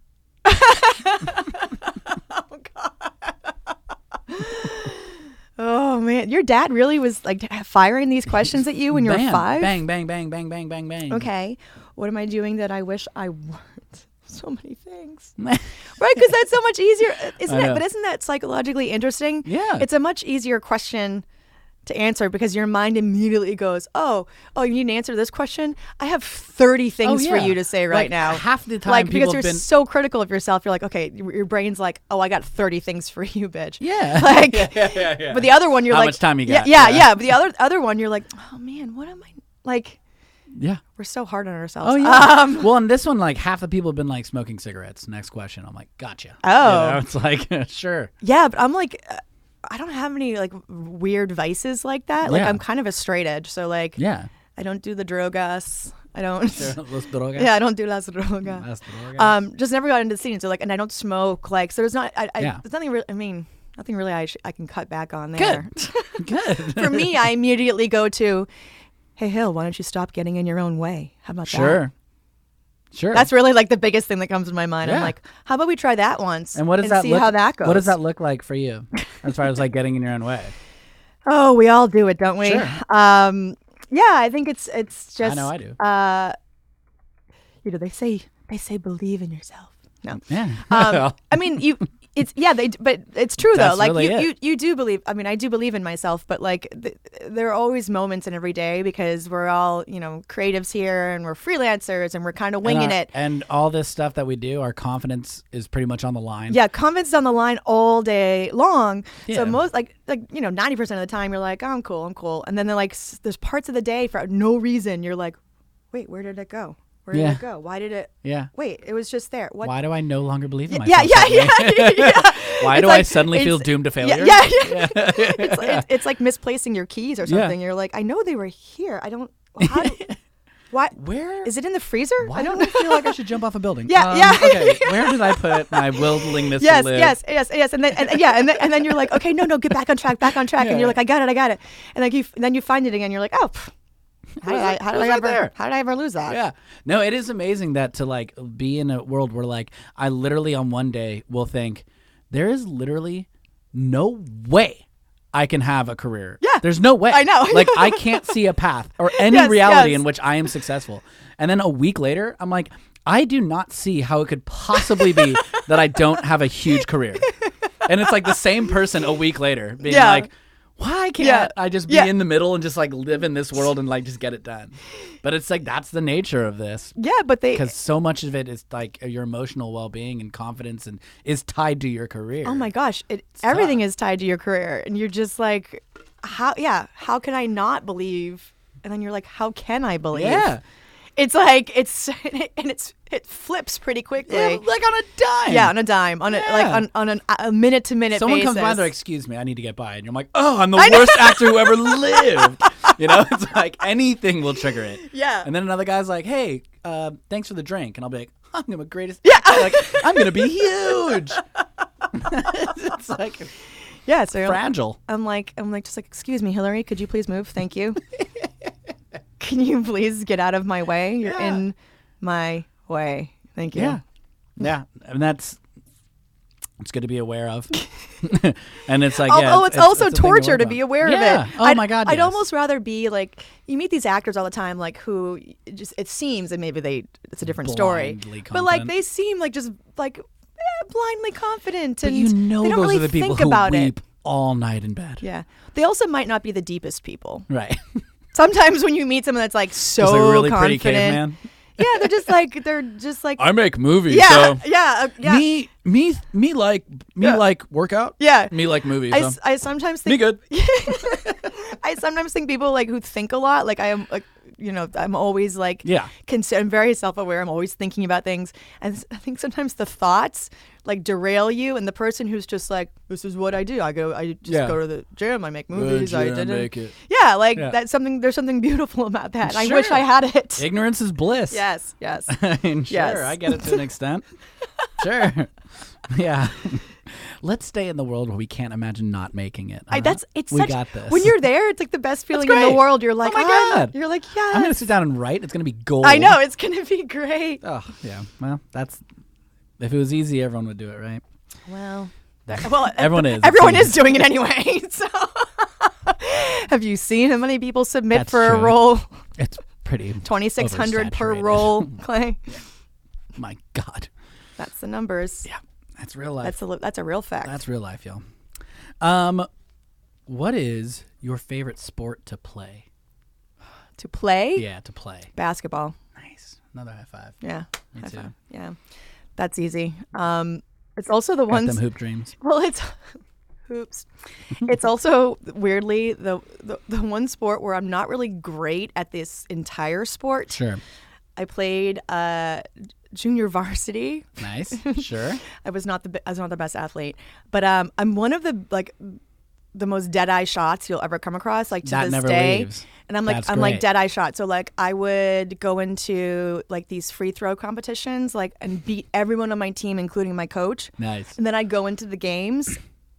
oh man, your dad really was like firing these questions at you when you were bang, five. Bang, bang, bang, bang, bang, bang, bang. okay, what am I doing that I wish I weren't? So many things. Right, because that's so much easier, uh, isn't know. it? But isn't that psychologically interesting? Yeah. it's a much easier question to answer because your mind immediately goes, "Oh, oh, you need to answer this question. I have thirty things Oh, yeah. for you to say right Like, now." half the time like people because you're have been- so critical of yourself, you're like, "Okay, your your brain's like, oh, I got thirty things for you, bitch." Yeah. like. yeah, yeah. But the other one, you're How like, much time you yeah, got? Yeah, Yeah. yeah, But the other other one, you're like, oh man, what am I like? yeah. We're so hard on ourselves. Oh yeah. um, well, and this one, like half the people have been like smoking cigarettes. Next question. I'm like, gotcha. Oh. You know, it's like sure. Yeah, but I'm like, uh, I don't have any like weird vices like that. Like Yeah. I'm kind of a straight edge, so like, Yeah. I don't do the drogas. I don't. Los drogas. Yeah, I don't do las drogas. Las drogas. Um, just never got into the scene. So like, and I don't smoke. Like, so there's not. I, I, Yeah. There's nothing really. I mean, nothing really. I sh- I can cut back on there. Good. Good. For me, I immediately go to, hey Hill, why don't you stop getting in your own way? How about that? Sure. Sure. That's really like the biggest thing that comes to my mind. Yeah. I'm like, how about we try that once and what does that see look, how that goes? What does that look like for you, as far as like getting in your own way? Oh, we all do it, don't we? Sure. Um, yeah, I think it's it's just. know I do. Uh, you know, they say they say believe in yourself. No. Yeah. Um, I mean, you. It's yeah, they. d- But it's true That's though. Like really you, it. you, you do believe. I mean, I do believe in myself. But like, th- there are always moments in every day because we're all you know creatives here and we're freelancers and we're kind of winging and our- it. And all this stuff that we do, our confidence is pretty much on the line. Yeah, confidence is on the line all day long. Yeah. So most like like you know ninety percent of the time you're like oh, I'm cool, I'm cool, and then they're like s- there's parts of the day for no reason you're like, wait, where did it go? Where did Yeah. it go? Why did it? Yeah. Wait, it was just there. What? Why do I no longer believe in Yeah, myself? yeah, that way? yeah, yeah, Why It's do I like- suddenly feel it's- doomed to failure? Yeah, yeah. yeah. it's, it's, it's like misplacing your keys or Yeah. something. You're like, I know they were here. I don't. How do, why Where is it in the freezer? Why I don't do know. I feel like I should jump off a building? Yeah, Um, yeah. Okay, where did I put my willingness yes, to live? yes, yes, yes, and then and, and yeah, and then, and then you're like, okay, no, no, get back on track, back on track, and Yeah. you're like, I got it, I got it, and like you, f- then you find it again, you're like, oh, pff, how did Was I, it- how did was I it ever, there? how did I ever lose that? Yeah. No, it is amazing that to like be in a world where like I literally on one day will think there is literally no way I can have a career. Yeah. There's no way. I know. like I can't see a path or any Yes, reality yes. in which I am successful. And then a week later, I'm like I do not see how it could possibly be that I don't have a huge career. And it's like the same person a week later being Yeah. like why can't Yeah. I just be Yeah. in the middle and just like live in this world and like just get it done? But it's like that's the nature of this Yeah, but they. because so much of it is like your emotional well-being and confidence and is tied to your career. Oh my gosh, it, everything is tied to your career, and you're just like, how? Yeah, how can I not believe? And then you're like, how can I believe? Yeah. It's like it's and it's it flips pretty quickly. Yeah, like on a dime. Yeah, on a dime, on a like Yeah. on, on an, a minute to minute. Someone basis. comes by, and they're like, "Excuse me, I need to get by," and you're like, "Oh, I'm the worst actor who ever lived." You know, it's like anything will trigger it. Yeah. And then another guy's like, "Hey, uh, thanks for the drink," and I'll be like, "I'm the greatest." Yeah. Like I'm gonna be huge. it's like yeah, so you're like- fragile. I'm like, I'm like, just like, excuse me, Hillary, could you please move? Thank you. Can you please get out of my way? You're Yeah. in my way. Thank you. Yeah. Yeah. And that's it's good to be aware of. and it's like Al- yeah, oh, it's, also a thing work torture to on. be aware yeah. of it. Oh I'd- my god. I'd yes. almost rather be like, you meet these actors all the time, like who just it seems, and maybe they it's a different Blindly story, but like confident. they seem like just like eh, blindly confident, But and you know they don't those really are the people think who about weep it. all night in bed. Yeah, they also might not be the deepest people. Right. Sometimes when you meet someone that's like so Just a really pretty confident, caveman. yeah, they're just like they're just like I make movies, yeah, yeah, uh, yeah. me me me like me like workout. Yeah. Me like movies. I, so. s- I sometimes me think good. I sometimes think people like who think a lot. Like I am, like you know, I'm always like Yeah. cons- I'm very self aware. I'm always thinking about things, and s- I think sometimes the thoughts like derail you. And the person who's just like, this is what I do. I go, I just Yeah. go to the gym. I make movies. I didn't. it. Yeah, like Yeah. that's something. There's something beautiful about that. and I wish Sure. I had it. Ignorance is bliss. yes, yes. I mean, sure, Yes. I get it to an extent. sure. Yeah. Let's stay in the world where we can't imagine not making it. I, huh? that's it's Uh-huh. we such, got this. when you're there. It's like the best feeling in the great. Oh world. You're like, my "Ah," God. you're like, I'm yeah. gonna sit down and write. It's gonna be gold. I know it's gonna be great. Oh yeah. Well, that's if it was easy, everyone would do it, right? Well, well, Everyone is. everyone It's is doing it anyway. So, have you seen how many people submit That's for true. a role? easy. It's pretty. Twenty six hundred per Oversaturated. role, Clay. My God. That's the numbers. Yeah. That's real life. That's a li- that's a real fact. That's real life, y'all. Um, what is your favorite sport to play? to play Yeah, to play. basketball. Nice. Another high five. Yeah, Me High too. five. yeah, that's easy. Um, it's also the Got ones them hoop dreams. Well, it's hoops. It's also weirdly the, the the one sport where I'm not really great at this entire sport. Sure. I played uh, junior varsity. Nice. Sure. I was not the be- I was not the best athlete, but um, I'm one of the like the most dead eye shots you'll ever come across. Like to That this never day, leaves. and I'm like That's I'm great. like dead eye shot. So like I would go into like these free throw competitions, like and beat everyone on my team, including my coach. Nice. And then I'd go into the games.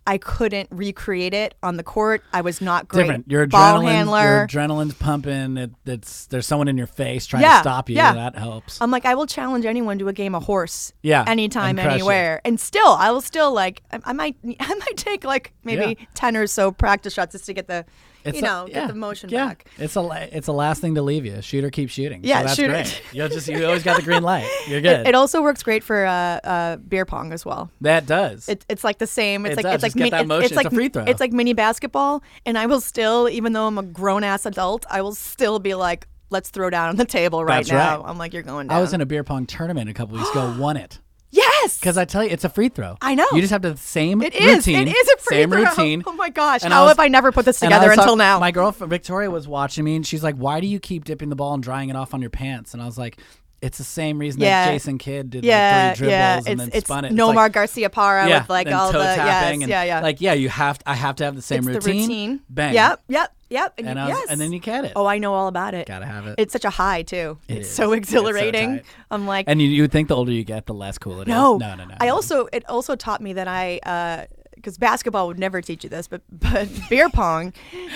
I couldn't recreate it on the court. I was not great. Different. Your ball adrenaline, handler. your adrenaline's pumping. It, it's there's someone in your face trying to Yeah, stop you. yeah. Um, That helps. I'm like, I will challenge anyone to a game of horse. Yeah, and Anytime, crush it. anywhere, and still, I will still like. I, I might, I might take like maybe Yeah. ten or so practice shots just to get the, It's you a- know, yeah, get the motion yeah. back. It's a la- it's the last thing to leave you. Shooter keep shooting. Yeah, so that's shooter- great. You just you always got the green light. You're good. It, it also works great for uh, uh, beer pong as well. that does. It, it's like the same. It's It like does. it's Just like get that it's- motion. It's, It's like a free throw. It's like mini basketball, and I will still, even though I'm a grown ass adult, I will still be like, let's throw down on the table right That's now. right. I'm like, you're going down. I was in a beer pong tournament a couple weeks ago. Won it. yes, Because I tell you, it's a free throw. I know. You just have to the same it is. routine. It is a free same throw. routine. Oh my gosh, And I how was- have I never put this And I together was until talk- now? My girlfriend Victoria was watching me, and she's like, "Why do you keep dipping the ball and drying it off on your pants?" And I was like, "It's the same reason that Yeah. Jason Kidd did yeah, like three dribbles yeah. and It's then it's spun it." Nomar it's like, Garcia Parra yeah, with like and all toe the yes, tapping and yeah, yeah. like yeah, you have I have to have the same it's the routine. routine. Bang. Yep, yep, yep. And, And you- I was, yes. and then you get it. oh, I know all about it. gotta have it. It's such a high too. It it's is. so It's so exhilarating. tight. I'm like, and you you would think the older you get, the less cool it is. no, No, no, no. I no. also it also taught me that I because basketball would never teach you this, but but beer pong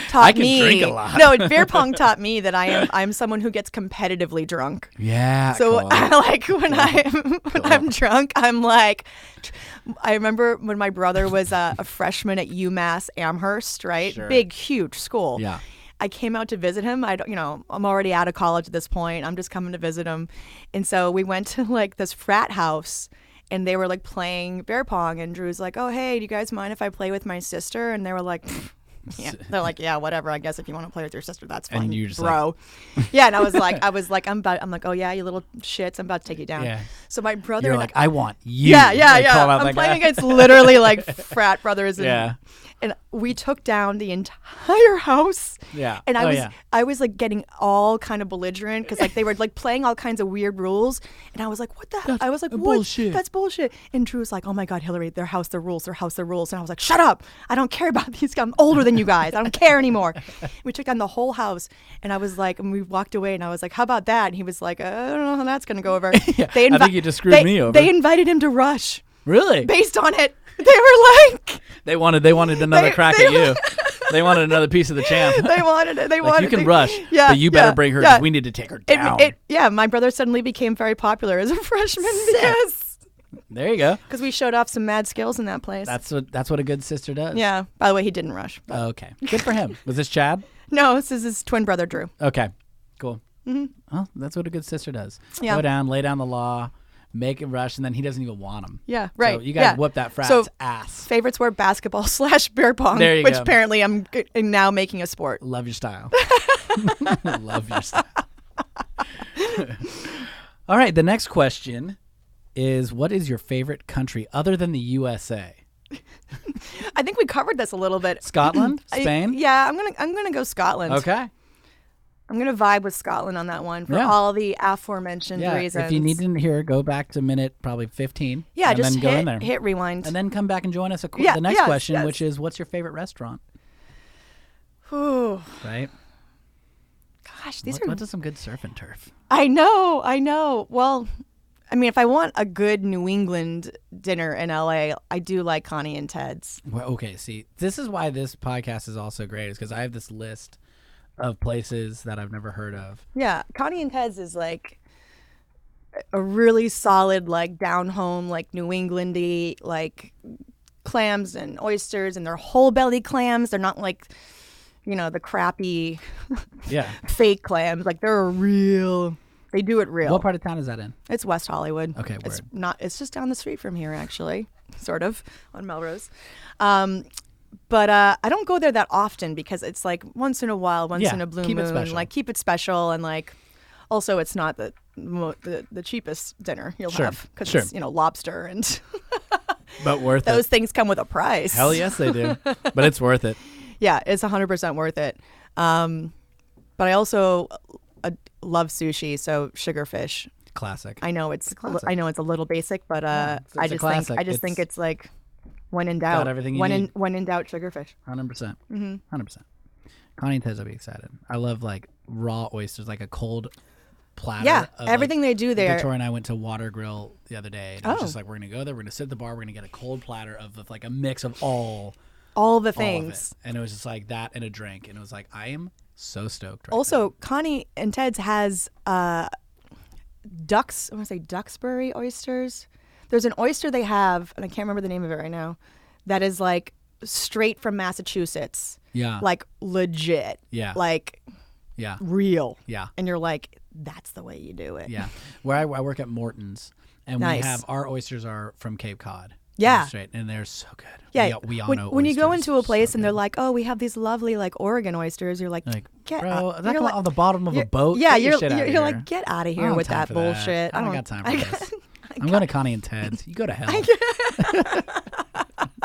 taught can me. drink a lot. No, beer pong taught me that I am I'm someone who gets competitively drunk. yeah. So cool. I like when I'm when I'm drunk, I'm like. tr- I remember when my brother was a, a freshman at UMass Amherst, right? Sure. Big, huge school. Yeah. I came out to visit him. I don't, you know, I'm already out of college at this point. I'm just coming to visit him, and so we went to like this frat house, and they were like playing beer pong, and Drew's like, "Oh, hey, do you guys mind if I play with my sister?" And they were like. "Pfft, Yeah. They're like, yeah, whatever. I guess if you want to play with your sister, that's And fine, you just bro. yeah, and I was like, I was like, I'm about, I'm like, oh yeah, you little shits, I'm about to take you down. Yeah. So my brother, You're and like, I want you. yeah, yeah, They yeah. call out I'm that playing guy. against literally like frat brothers. And, Yeah. And we took down the entire house. Yeah. And I Oh, was yeah. I was like getting all kind of belligerent because like they were like playing all kinds of weird rules, and I was like, what the? I was like, what? bullshit." That's bullshit. And Drew was like, oh my god, Hillary, their house, their rules, their house, their rules. And I was like, shut up. I don't care about these. guys. I'm older than you guys. I don't care anymore. we took down the whole house, and I was like, and we walked away, and I was like, how about that? And he was like, I don't know how that's gonna go over. I invi- think you just screwed they- me over. They invited him to Rush Really? based on it. They were like, They wanted they wanted another They- crack they- at you. they wanted another piece of the champ. they wanted it. They Like, wanted you can to- rush, Yeah, but you better yeah, bring her. yeah. We need to take her It- down. it- yeah, my brother suddenly became very popular as a freshman because there you go. because we showed off some mad skills in that place. That's what that's what a good sister does. yeah. By the way, he didn't rush. but- Okay. Good for him. Was this Chad? No, this is his twin brother Drew. Okay. Cool. Mm-hmm. Well, that's what a good sister does. Yeah. Go down, lay down the law, make it rush, and then he doesn't even want him. Yeah, right. So you gotta yeah. whoop that frat's So ass. favorites were basketball slash beer pong, There you which go. apparently I'm g- now making a sport. Love your style. Love your style. All right, the next question is what is your favorite country other than the USA? I think we covered this a little bit. Scotland? I- Spain? yeah, I'm gonna I'm gonna go Scotland. Okay. I'm gonna vibe with Scotland on that one for Yeah. all the aforementioned Yeah. reasons. If you need to hear, go back to minute probably 15. yeah, and just then hit, go in there. hit rewind. and then come back and join us. A qu- Yeah, the next yes, question, yes. which is what's your favorite restaurant? Whew. Right? Gosh, these What, are. what does some good surf and turf? I know, I know. Well, I mean, if I want a good New England dinner in LA, I do like Connie and Ted's. Well, okay, see, this is why this podcast is also great, is because I have this list of places that I've never heard of. Yeah, Connie and Ted's is like a really solid, like down home, like New Englandy, like clams and oysters, and they're whole belly clams. They're not like, you know, the crappy Yeah. fake clams. Like they're real. They do it real. what part of town is that in? It's West Hollywood. Okay, It's word. not. It's just down the street from here, actually, sort of on Melrose. Um, but uh, I don't go there that often because it's like once in a while, once Yeah, in a blue keep it moon. special. Like keep it special, and like also it's not the mo- the, the cheapest dinner you'll Sure, have because sure. it's you know lobster and But worth those things come with a price. it. Hell yes, they do. but it's worth it. Yeah, it's 100% worth it. Um, but I also uh, love sushi, so sugarfish. Classic. I know it's, a li- classic. I know it's a little basic, but it's- uh, I it's a just think classic. I just think It's it's like when in doubt, everything you when in need. when in doubt, sugarfish. Hundred percent. Mm-hmm. Hundred percent. Connie and Tez will be excited. I love like raw oysters, like a cold platter. Yeah, of, everything like, they do there. Victoria and I went to Water Grill the other day, and I was Oh. just like, we're gonna go there, we're gonna sit at the bar, we're gonna get a cold platter of, of like a mix of all all the all of it. things. and it was just like that and a drink, and it was like, I am so stoked. Right now. Also, Connie and Ted's has uh, ducks. I want to say Duxbury oysters. There's an oyster they have, and I can't remember the name of it right now. That is like straight from Massachusetts, yeah, like legit, Yeah. like yeah, real, yeah. And you're like, that's the way you do it. Yeah, where I, I work at Morton's, and Nice. we have our oysters are from Cape Cod. Yeah. straight, and they're so good. Yeah, we, we when, know when you go oysters, into a place so and they're good. like, "Oh, we have these lovely like Oregon oysters," you're like, like, "Get bro, out!" is that you're going like- on the bottom of a you're- boat? Yeah, Get your you're shit you're, outta you're here. like, "Get out of I here don't with have time for that bullshit." I don't, got time for I this. I'm going to Connie and Ted's. You go to hell.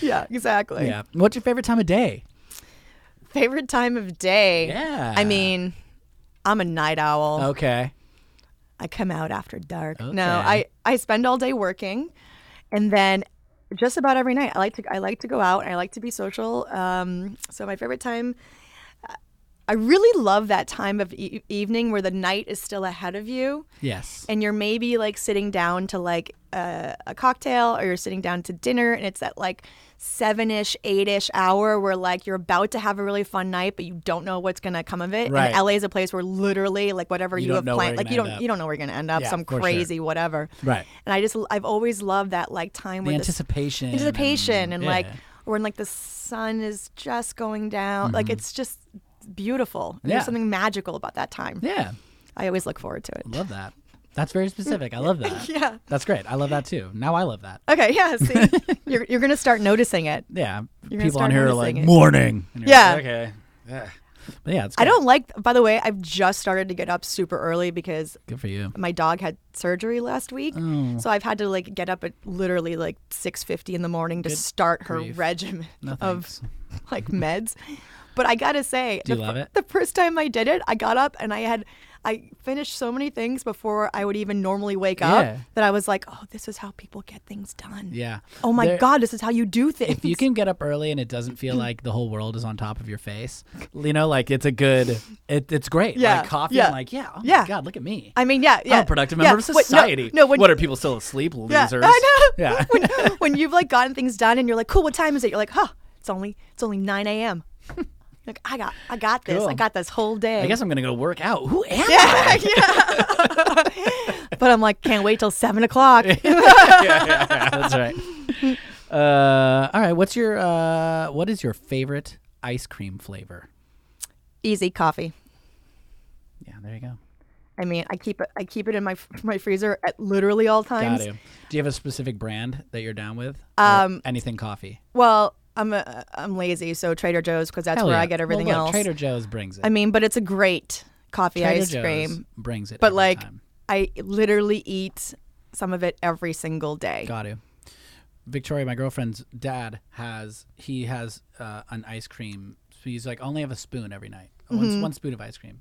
yeah, exactly. Yeah. What's your favorite time of day? Favorite time of day? Yeah. I mean, I'm a night owl. Okay. I come out after dark. Okay. No, I I spend all day working, and then just about every night I like to I like to go out. and I like to be social. Um, so my favorite time. I really love that time of e- evening where the night is still ahead of you. Yes. and you're maybe like sitting down to like a, a cocktail or you're sitting down to dinner and it's that like seven-ish eight-ish hour where like you're about to have a really fun night but you don't know what's gonna come of it Right. and la is a place where literally like whatever You you, don't have know where planned you're like you gonna don't end up. you don't know where you're gonna end up Yeah, some for sure. crazy whatever Right. and i just i've always loved that like time The where this anticipation. anticipation and yeah. like when like the sun is just going down like it's just beautiful Mm-hmm. Yeah. there's something magical about that time Yeah. i always look forward to it Love that. That's very specific. I love that. yeah That's great. I love that too. Now I love that. Okay, yeah. See, you're you're gonna start noticing it. Yeah. You're gonna People on start here are noticing like, it. morning. And you're Yeah. like, okay. Yeah. But yeah, it's I good. don't like. By the way, I've just started to get up super early because Good for you. my dog had surgery last week, Oh. so I've had to like get up at literally like six fifty in the morning to start her grief. regimen No of thanks. like meds. But I gotta say, Do you the, love it? the first time I did it, I got up and I had I finished so many things before I would even normally wake Yeah. up that I was like, oh, this is how people get things done. Yeah. Oh my There- God, this is how you do things. If you can get up early and it doesn't feel like the whole world is on top of your face, you know, like it's a good, it, it's great. Yeah, Like coffee, yeah, I'm like, yeah, oh my yeah. God, look at me. I mean, yeah, yeah. I'm a productive yeah. member of Wait, no, society. no, when, what are people still asleep, losers? yeah, I know. Yeah. when, when you've like gotten things done and you're like, cool, what time is it? You're like, huh, it's only it's only nine a.m. like I got I got this. Cool. I got this whole day. I guess I'm gonna go work out. Who am Yeah, yeah. but I'm like, can't wait till seven o'clock. I? Yeah, yeah, yeah, That's right. Uh, all right. What's your uh, what is your favorite ice cream flavor? Easy coffee. Yeah, there you go. I mean, I keep it I keep it in my f- my freezer at literally all Got times. you. Do you have a specific brand that you're down with? Or Um, anything coffee. Well, I'm a, I'm lazy, so Trader Joe's because that's Hell where yeah. I get Well, everything look, else. Trader Joe's brings it. I mean, but it's a great coffee Trader ice Joe's cream. brings it. but every like time. I literally eat some of it every single day. got to. Victoria, my girlfriend's dad has he has uh, an ice cream. So he's like, I only have a spoon every night. Mm-hmm. One, one spoon of ice cream,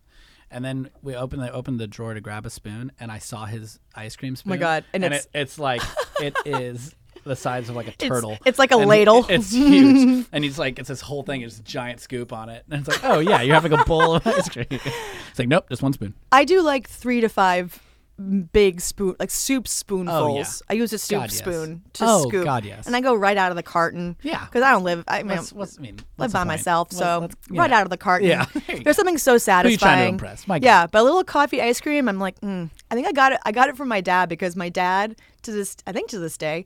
and then we opened the opened the drawer to grab a spoon, and I saw his ice cream spoon. Oh my God, and it, it's- it's like it is the size of like a turtle. it's like a And ladle. It's huge, and he's like, it's this whole thing. It's a giant scoop on it, and it's like, oh yeah, you're having a bowl of ice cream. It's like, nope, just one spoon. I do like three to five m- big spoon, like soup spoonfuls. I use a soup Oh, God, yes. spoon to Oh, scoop. God, yes. And I go right out of the carton. Yeah. Because I don't live. I, mean, What's, what's I mean? live what's the by point? myself, What- so what's- right yeah. out of the carton. Yeah, there you go. There's something so Who you trying to satisfying. impress? My God. yeah, but a little coffee ice cream. I'm like, mm. I think I got it. I got it from my dad because my dad to this, I think to this day,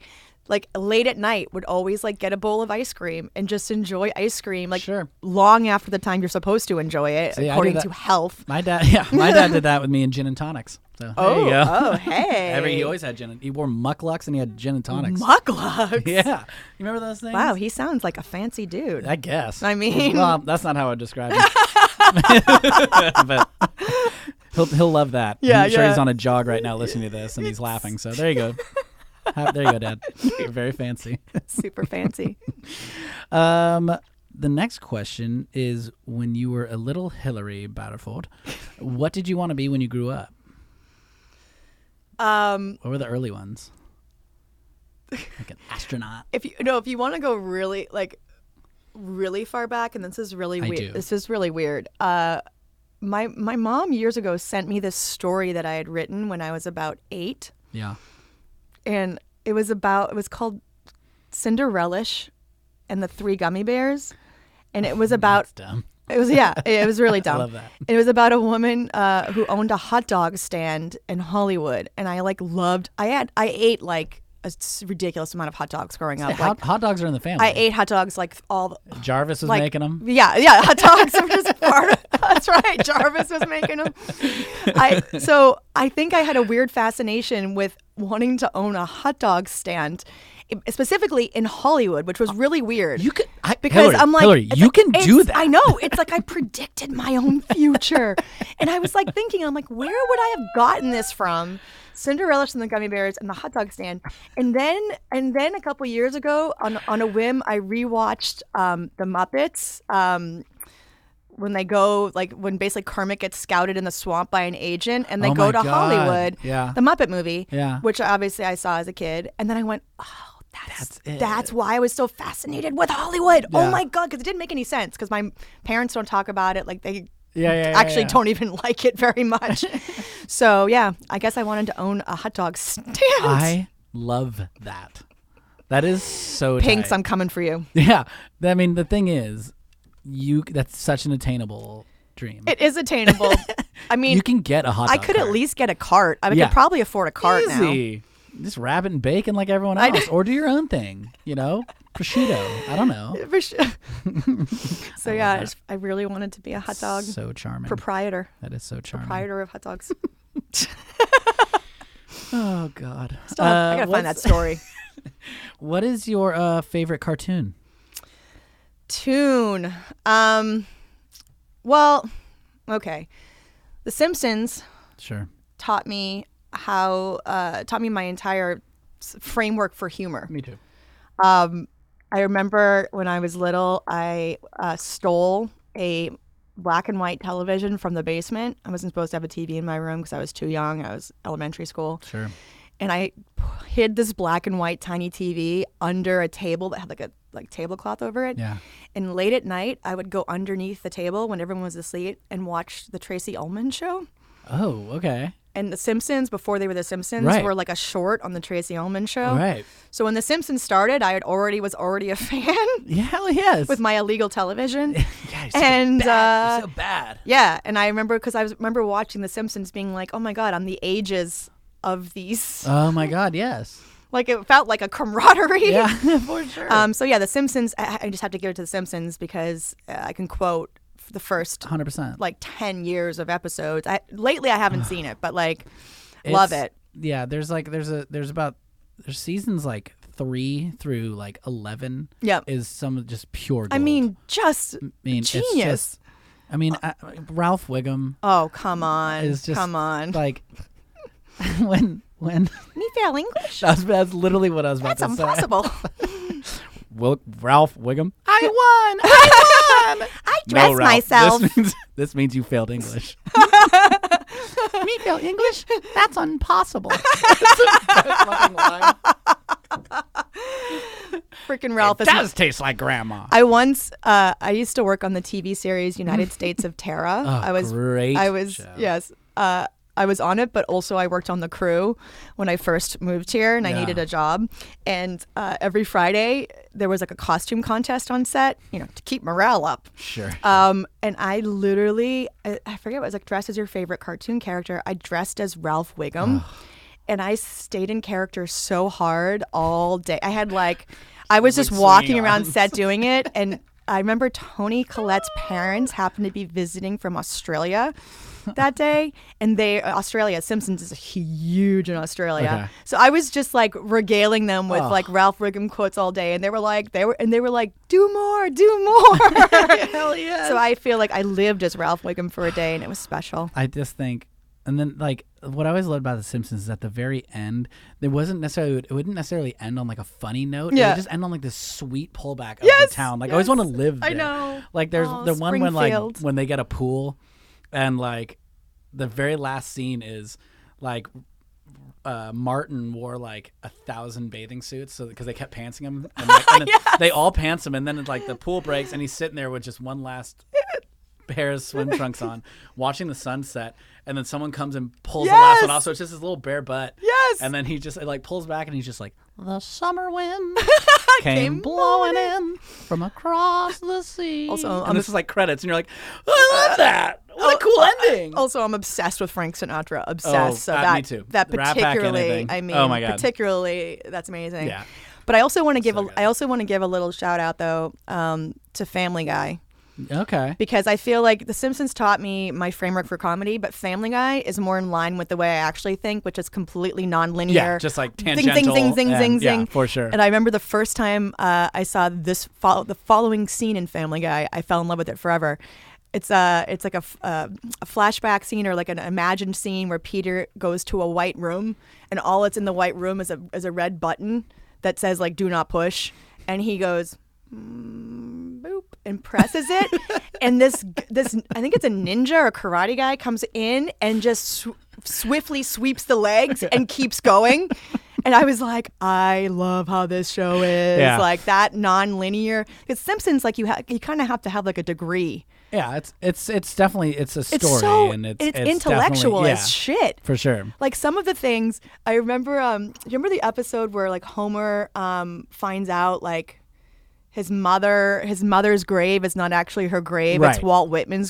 like late at night would always like get a bowl of ice cream and just enjoy ice cream like Sure. long after the time you're supposed to enjoy it See, I do according that. to health. My dad, yeah, my dad did that with me in gin and tonics. So there you go. oh, hey. Every he always had gin. And, he wore mucklucks and he had gin and tonics. Muglugs. yeah, you remember those things? Wow, he sounds like a fancy dude. I guess. I mean- well, that's not how I describe it. but he'll he'll love that. Yeah, I'm sure he's yeah. on a jog right now listening to this and he's laughing. So there you go. Ha- there you go, Dad. You're very fancy. Super fancy. Um, the next question is: When you were a little Hillary Batterford, what did you want to be when you grew up? Um, What were the early ones? Like an astronaut. if you no, if you want to go really like really far back, and this is really I weird. do. This is really weird. Uh, my my mom years ago sent me this story that I had written when I was about eight, Yeah. and it was about it was called Cinderellish and the Three Gummy Bears, and it was about That's dumb. it was yeah it was really dumb. love that. It was about a woman uh, who owned a hot dog stand in Hollywood, and I like loved I had I ate like a s- ridiculous amount of hot dogs growing up. hot, Like hot dogs are in the family. I ate hot dogs like all Jarvis was like- making them. Yeah, yeah, hot dogs were just part of. That's right. Jarvis was making them. I so I think I had a weird fascination with wanting to own a hot dog stand, i- specifically in Hollywood, which was really weird. You can I, because Hillary, I'm like, Hillary, it's you like- can do it's- that. I know. It's like I predicted my own future, and I was like thinking, I'm like, where would I have gotten this from? Cinderella and the gummy bears and the hot dog stand, and then and then a couple years ago, on on a whim, I rewatched um, the Muppets. Um, when they go, like when basically Kermit gets scouted in the swamp by an agent, and they Oh my go to God. Hollywood, Yeah. the Muppet movie, Yeah. which obviously I saw as a kid, and then I went, oh, that's That's it. that's why I was so fascinated with Hollywood. Oh Yeah. my god, because it didn't make any sense. Because my parents don't talk about it. Like they Yeah, yeah, yeah, actually yeah. don't even like it very much. so yeah, I guess I wanted to own a hot dog stand. I love that. That is so Pinks, tight. I'm coming for you. Yeah. I mean, the thing is, you that's such an attainable dream. It is attainable. I mean, you can get a hot I dog could at cart. least get a cart. I Yeah. could probably afford a cart now. Easy. Just wrap it in bacon like everyone else, or do your own thing. You know, prosciutto. I don't know. For sure. so yeah, I, just, I really wanted to be a hot dog So charming. proprietor, that is so charming. proprietor of hot dogs. Oh God. Still, I Uh, gotta find that what's- story. What is your uh, favorite cartoon? Tune. Um, well, okay. The Simpsons Sure. taught me how uh, taught me my entire s- framework for humor. Me too. Um, I remember when I was little, I uh, stole a black and white television from the basement. I wasn't supposed to have a TV in my room because I was too young. I was elementary school. Sure. and I hid this black and white tiny TV under a table that had like a like tablecloth over it. Yeah. And late at night, I would go underneath the table when everyone was asleep and watch the Tracy Ullman show. Oh, okay. And The Simpsons, before they were The Simpsons, Right. were like a short on the Tracy Ullman show. All right. So when The Simpsons started, I had already was already a fan Yeah, hell yes. with my illegal television. yeah, you're so and bad. uh, You're so bad. yeah, and I remember because I was, remember watching The Simpsons, being like, "Oh my God, I'm the ages of these." Oh my God. Yes. like it felt like a camaraderie. Yeah, for sure. Um, so yeah, The Simpsons. I, I just have to give it to The Simpsons because uh, I can quote f- the first Hundred percent. like ten years of episodes. I, lately, I haven't seen it, but like, love It's- it. Yeah, there's like there's a there's about there's seasons like three through like eleven. Yep. is some of just pure. Gold. I mean, just I mean, it's genius. just- I mean, I, Ralph Wiggum oh come on, is just come on. like when when Me fail English? that's, that's literally what I was about That's to say. impossible. Wil- Ralph Wiggum. I won. I dress Ralph, myself. This means, this means you failed English. Me fail English? That's impossible. it Freaking Ralph is does taste like grandma. I once uh, I used to work on the TV series United States of Terra. I was Oh, great I was show. yes. Uh, I was on it, but also I worked on the crew when I first moved here, and I Yeah. needed a job. And uh, every Friday there was like a costume contest on set, you know, to keep morale up. Sure. Um, and I literally, I, I forget what it was like, dressed as your favorite cartoon character. I dressed as Ralph Wiggum. And I stayed in character so hard all day. I had like, I was just swinging walking around arms. set doing it. And I remember Tony Collette's parents happened to be visiting from Australia that day. And they, uh, Australia, Simpsons is huge in Australia. Okay. So I was just like regaling them with Oh. like Ralph Wiggum quotes all day. And they were like, they were, and they were like, do more, do more. Hell yeah. So I feel like I lived as Ralph Wiggum for a day, and it was special. I just think, and then like what I always loved about The Simpsons is at the very end, there wasn't necessarily it wouldn't necessarily end on like a funny note. It Yeah. would just end on like this sweet pullback of Yes, the town. Like I always yes. want to live. I there. know. Like there's Oh, the one when like Springfield. when they get a pool, and like the very last scene is like. Uh, Martin wore like a thousand bathing suits, so because they kept pantsing him, and, like, and then they all pants him, and then like the pool breaks, and he's sitting there with just one last pair of swim trunks on, watching the sunset, and then someone comes and pulls the Yes! last one off. So it's just his little bare butt. Yes. And then he just it, like pulls back and he's just like, the summer wind came, Came blowing in from across the sea. Also, and I'm uh, this is like credits, and you're like, I love that. Oh, What a cool ending. Also, I'm obsessed with Frank Sinatra. Obsessed. Oh, so uh, me that too. that Rat Pack particularly, anything. I mean, Oh my God. particularly that's amazing. Yeah. But I also want to give So a, good. I also want to give a little shout out though um, to Family Guy okay. because I feel like The Simpsons taught me my framework for comedy, but Family Guy is more in line with the way I actually think, which is completely nonlinear. Yeah, just like tangential. Zing, zing, zing, and- zing, zing, yeah, zing. for sure. And I remember the first time uh, I saw this, fol- the following scene in Family Guy, I fell in love with it forever. It's a, it's like a, f- uh, a flashback scene or like an imagined scene where Peter goes to a white room, and all that's in the white room is a is a red button that says like "Do not push," and he goes. "Mm, Boop and presses it, and this this I think it's a ninja or a karate guy comes in and just sw- swiftly sweeps the legs and keeps going, and I was like, I love how this show is Yeah. like that non-linear. Because Simpsons, like you ha- you kind of have to have like a degree. yeah, it's it's it's definitely it's a story It's so and it's, it's, it's intellectual definitely- yeah, as shit. for sure. Like some of the things I remember. Um, do you remember the episode where like Homer um finds out like his mother his mother's grave is not actually her grave. Right. It's Walt Whitman's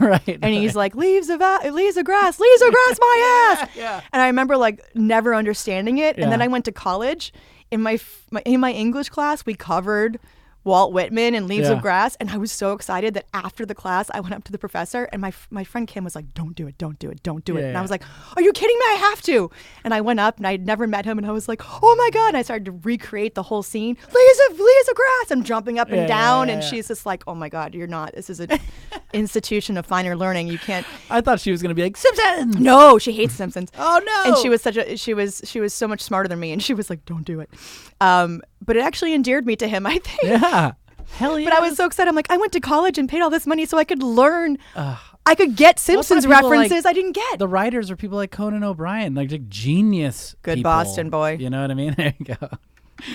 Right, And he's like leaves of a- leaves of grass, leaves of grass, my ass. yeah. And I remember like never understanding it. And then Yeah. I went to college. In my, f- my in my English class, we covered. Walt Whitman and Leaves Yeah. of Grass, and I was so excited that after the class, I went up to the professor, and my f- my friend Kim was like, "Don't do it, don't do it, don't do it." Yeah, and I yeah. was like, "Are you kidding me? I have to!" And I went up, and I'd never met him, and I was like, "Oh my god!" And I started to recreate the whole scene. Leaves of Leaves of Grass. I'm jumping up Yeah, yeah, and down, yeah, and yeah. she's just like, "Oh my god, you're not. This is an institution of finer learning. You can't." I thought she was gonna be like Simpson. No, she hates Simpsons. Oh no. And she was such a she was she was so much smarter than me, and she was like, "Don't do it." Um, but it actually endeared me to him. I think. Yeah. Hell yeah. But I was so excited. I'm like, I went to college and paid all this money so I could learn. I could get Simpsons people like- references I didn't get. the writers are people like Conan O'Brien, like just genius. Good people. Boston boy. You know what I mean? There you go.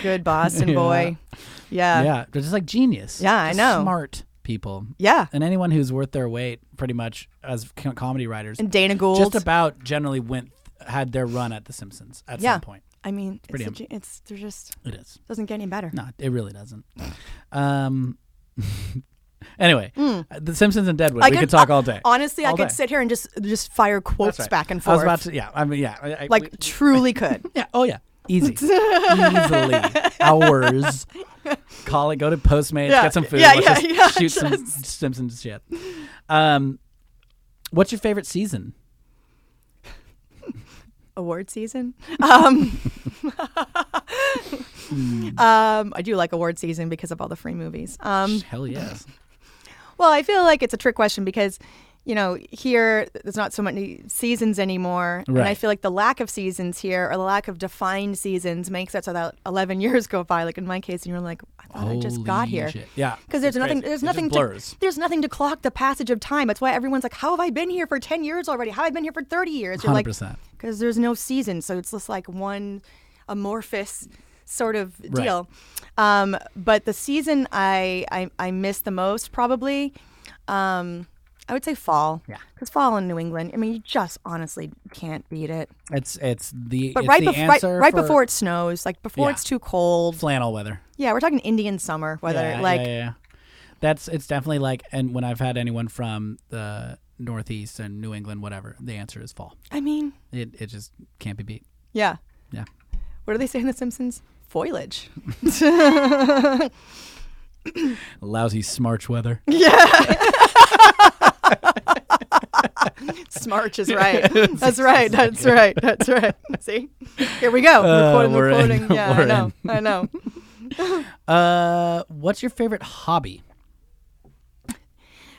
Good Boston boy. Yeah. Yeah. yeah, they're just like genius. Yeah, I Just know. Smart people. Yeah. And anyone who's worth their weight, pretty much, as co- comedy writers, And Dana Gould. just about generally went had their run at The Simpsons at yeah. some point. I mean, it's, pretty the am- ge- it's they're just It is. doesn't get any better. No, it really doesn't. Um. anyway, The Simpsons and Deadwood. Hmm. I we could- could talk I- all day. Honestly, All I could day. sit here and just just fire quotes That's right. back and I forth. was about to. Yeah. I mean. Yeah. I, I- like we- truly could. Yeah. Oh yeah. Easy. Easily. Hours. Call it. Go to Postmates. Yeah, Get some food. yeah, let's yeah, just yeah, Shoot some Simpsons shit. Um, what's your favorite season? award season. Um, um, I do like award season because of all the free movies. Um, Hell yes. Well, I feel like it's a trick question because, you know, here there's not so many seasons anymore, and I Right. feel like the lack of seasons here or the lack of defined seasons makes it so that 11 years go by. Like in my case, and you're like, I thought I just got Holy here. shit. Yeah. Because there's It's nothing, crazy. there's It just nothing, blurs. to, there's nothing to clock the passage of time. That's why everyone's like, "How have I been here for ten years already? How have I been here for thirty years?" You're like, 100%. because there's no season, so it's just like one amorphous sort of deal. Um, but the season I, I I miss the most probably, um, I would say fall. Yeah. because fall in New England, I mean, you just honestly can't beat it. It's it's the But it's right, the bef- right, answer right for before it snows, like before Yeah. it's too cold. flannel weather. Yeah, we're talking Indian summer weather. Yeah, like, yeah, yeah. that's it's definitely like and when I've had anyone from the Northeast and New England, whatever, the answer is fall. I mean, It it just can't be beat. yeah. Yeah. What do they say in The Simpsons? Foliage. Lousy smarch weather. Smarch is right. That's right. That's right. That's right. See, here we go. Uh, we're quoting. We're, we're in. quoting. Yeah, We're I know. in. I know. Uh, what's your favorite hobby?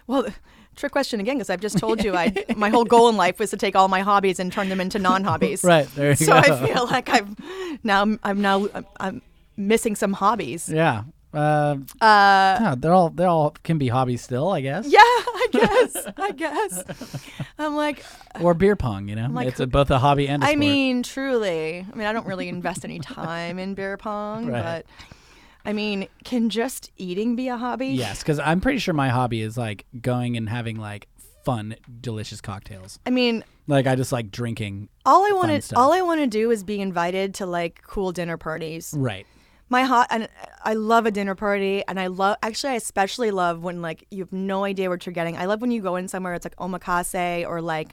Well, trick question again because I've just told you I my whole goal in life was to take all my hobbies and turn them into non-hobbies. Right, there you so go. I feel like I've now I'm, I'm now I'm, I'm missing some hobbies. Yeah. Uh, Uh, yeah, they're all they are all can be hobbies still, I guess. yeah, I guess. I guess. I'm like, Or beer pong, you know. like, it's who- a, both a hobby and a I sport. mean, truly. I mean, I don't really invest any time in beer pong, Right. but I mean, can just eating be a hobby? Yes, because I'm pretty sure my hobby is like going and having like fun, delicious cocktails. I mean, Like I just like drinking. all I Fun want to stuff. all I want to do is be invited to like cool dinner parties. Right. My hot and I love a dinner party, and I love actually I especially love when like you have no idea what you're getting. I love when you go in somewhere it's like omakase or like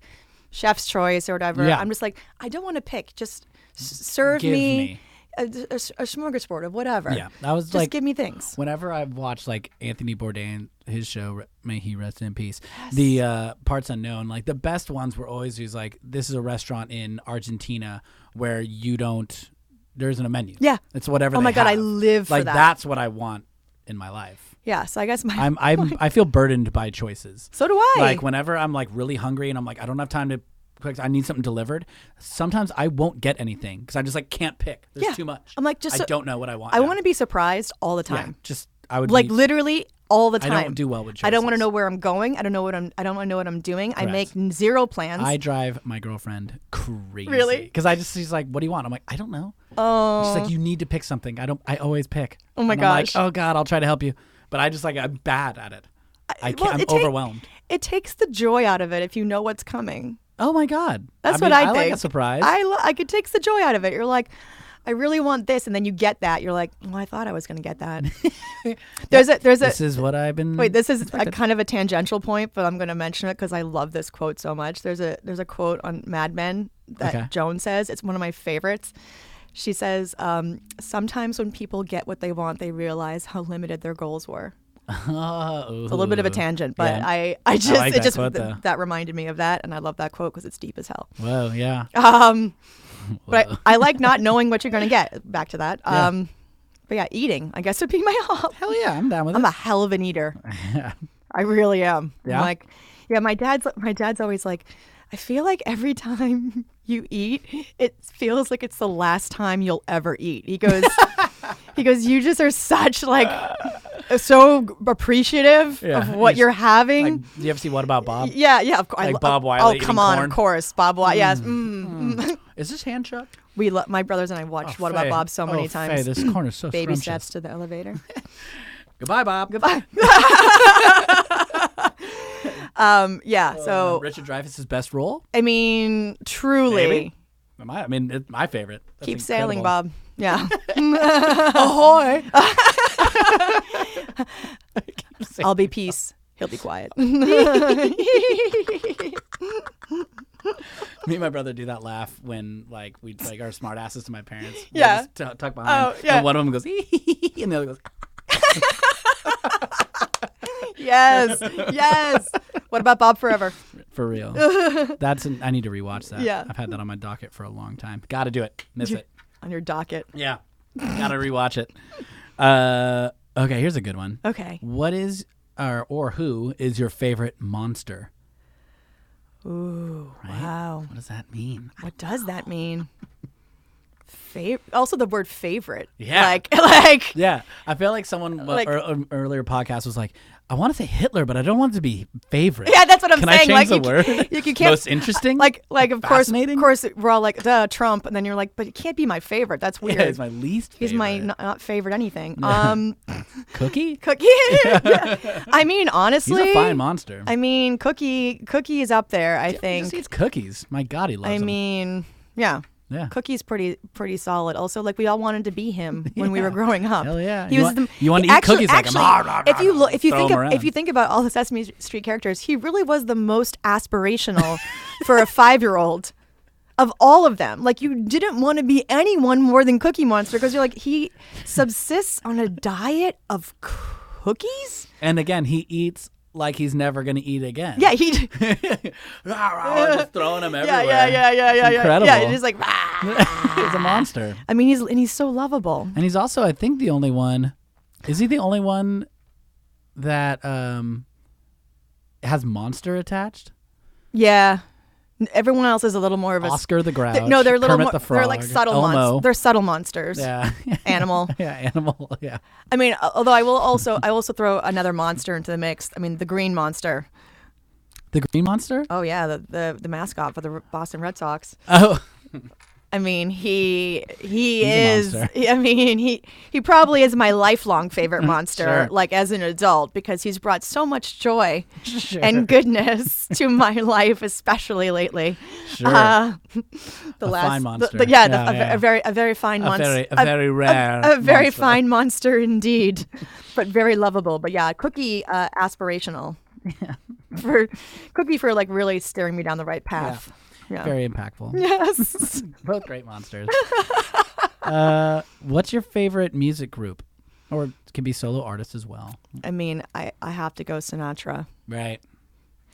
chef's choice or whatever. Yeah. I'm just like I don't want to pick. Just s- serve Give me. me, a, a, a smorgasbord of whatever. Yeah. I was Just like give me things. Whenever I've watched like Anthony Bourdain, his show, re- may he rest in peace, the uh, parts unknown, like the best ones were always these like, this is a restaurant in Argentina where you don't, there isn't a menu. Yeah. It's whatever. Oh they my God, I have. live for like, that. that's what I want in my life. Yeah. So I guess my I'm, I'm, I feel burdened by choices. so do I. Like whenever I'm like really hungry and I'm like, I don't have time to cook, I need something delivered. Sometimes I won't get anything because I just like can't pick. There's Yeah. too much. I'm like, just I so- don't know what I want. I want to be surprised all the time. just I would like be- literally all the I time. don't do well with I don't want to choices. know where I'm going. I don't know what I'm. I don't want to know what I'm doing. I Correct. make n- zero plans. I drive my girlfriend crazy. Really? Because I just she's like, "What do you want?" I'm like, "I don't know." oh, She's like, "You need to pick something." I don't. I always pick. Oh my And I'm gosh. like, oh god, I'll try to help you, but I just like I'm bad at it. I can't, well, I'm it take- overwhelmed. it takes the joy out of it if you know what's coming. Oh my god. That's I mean, what I, I think. like a surprise. I uh, lo- like it takes the joy out of it. You're like, I really want this, and then you get that. You're like, well, I thought I was going to get that. there's a there's a this is what I've been. Wait, this is a kind of a tangential point, but I'm going to mention it because I love this quote so much. There's a there's a quote on Mad Men that Okay. Joan says. It's one of my favorites. She says, um, "Sometimes when people get what they want, they realize how limited their goals were." Oh, It's a little bit of a tangent, but Yeah. I I just like it that just quote, th- though. that reminded me of that, and I love that quote because it's deep as hell. Whoa, yeah. Um, but I, I like not knowing what you're going to get. Back to that. Yeah. Um, But yeah, eating I guess would be my hobby. Hell Oh, yeah, I'm down with I'm it. a hell of an eater. I really am. Yeah? I'm like, yeah, my dad's my dad's always like, I feel like every time you eat, it feels like it's the last time you'll ever eat. He goes, he goes, you just are such like so appreciative Yeah, of what you're you're having. Like, you ever see What About Bob? yeah, yeah, of course. like Bob Wiley Oh, come eating on, corn. of course, Bob Wiley. Yes, mm, mm. Is this hand Oh, chopped? we lo- my brothers and I watched What About Bob so many times. Hey, this corner's so Baby scrumptious. steps to the elevator. Goodbye, Bob. Goodbye. um, yeah. So So Richard Dreyfuss's best role? I mean, truly, Maybe. My, I mean, it's my favorite. That's keep sailing, incredible. Bob. Yeah, Ahoy! Keep sailing. I'll be peace. He'll be quiet. Me and my brother do that laugh when like we like our smart asses to my parents. We'll Yeah. just tu- tuck behind. Oh, yeah. And one of them goes, and the other goes, yes, yes. What about Bob Forever? for real. That's an, I need to rewatch that. Yeah. I've had that on my docket for a long time. Got to do it. Miss it. On your docket. Yeah. Got to rewatch it. Uh, okay, here's a good one. Okay. What is or or who is your favorite monster? Ooh, wow. What does that mean? What does that mean? Fav- also, the word favorite. Yeah. Like, like. Yeah, I feel like someone w- Uh, Like- ear- um, earlier podcast was like, I want to say Hitler, but I don't want it to be favorite. Yeah, that's what I'm Can saying. I change like, the you, word? ca- You, you can't. Most interesting. Like, like of course, of Fascinating? course, we're all like, duh, Trump, and then you're like, but it can't be my favorite. That's weird. yeah, it's my least. He's my favorite. not, not favorite anything. Um, cookie. Cookie. Yeah. I mean, He's honestly, a fine monster. I mean, Cookie. Cookie is up there. I He just think. eats cookies. My God, he loves I 'em. mean, yeah. yeah. Cookie's pretty pretty solid. Also, like we all wanted to be him when we were Yeah. growing up. Hell yeah. He You was want- the, you wanna he- eat actually, cookies like him. actually, Rah, rah, If you look, if you Throw think, him of, if around. you think about all the Sesame Street characters, he really was the most aspirational for a five year old of all of them. Like you didn't want to be anyone more than Cookie Monster because you're like he subsists on a diet of cookies. And again, he eats like he's never gonna eat again. Yeah, he. Rah, rah, just throwing him Yeah, everywhere. yeah, yeah, yeah, yeah, yeah. Incredible. Yeah, he's just like. "Rah." he's a monster. I mean, he's and he's so lovable. And he's also, I think, the only one. Is he the only one that um has monster attached? Yeah. N- Everyone else is a little more of a s- Oscar the Grouch. th- no, they're a little Kermit more the Frog, they're like subtle Elmo. monsters. They're subtle monsters. yeah, Animal. yeah, animal. Yeah, I mean, al- although I will also I also throw another monster into the mix. I mean, the green monster. the green monster. Oh yeah, the the, the mascot for the R- Boston Red Sox. Oh, I mean, he he He's is. a I mean, he he probably is my lifelong favorite monster. Mm-hmm. Sure. Like as an adult, because he's brought so much joy and goodness to my life, especially lately. Sure. Uh, A the last, fine the- monster. the- yeah, the- Yeah, a, ve- yeah. a very a very fine a monster. very, a very rare, a very monster. fine monster indeed, but very lovable. But yeah, Cookie uh, aspirational. for Cookie for like really steering me down the right path. Yeah. very impactful. yes. Both great monsters. uh, what's your favorite music group, or it can be solo artist as well? I mean, I, I have to go Sinatra. Right.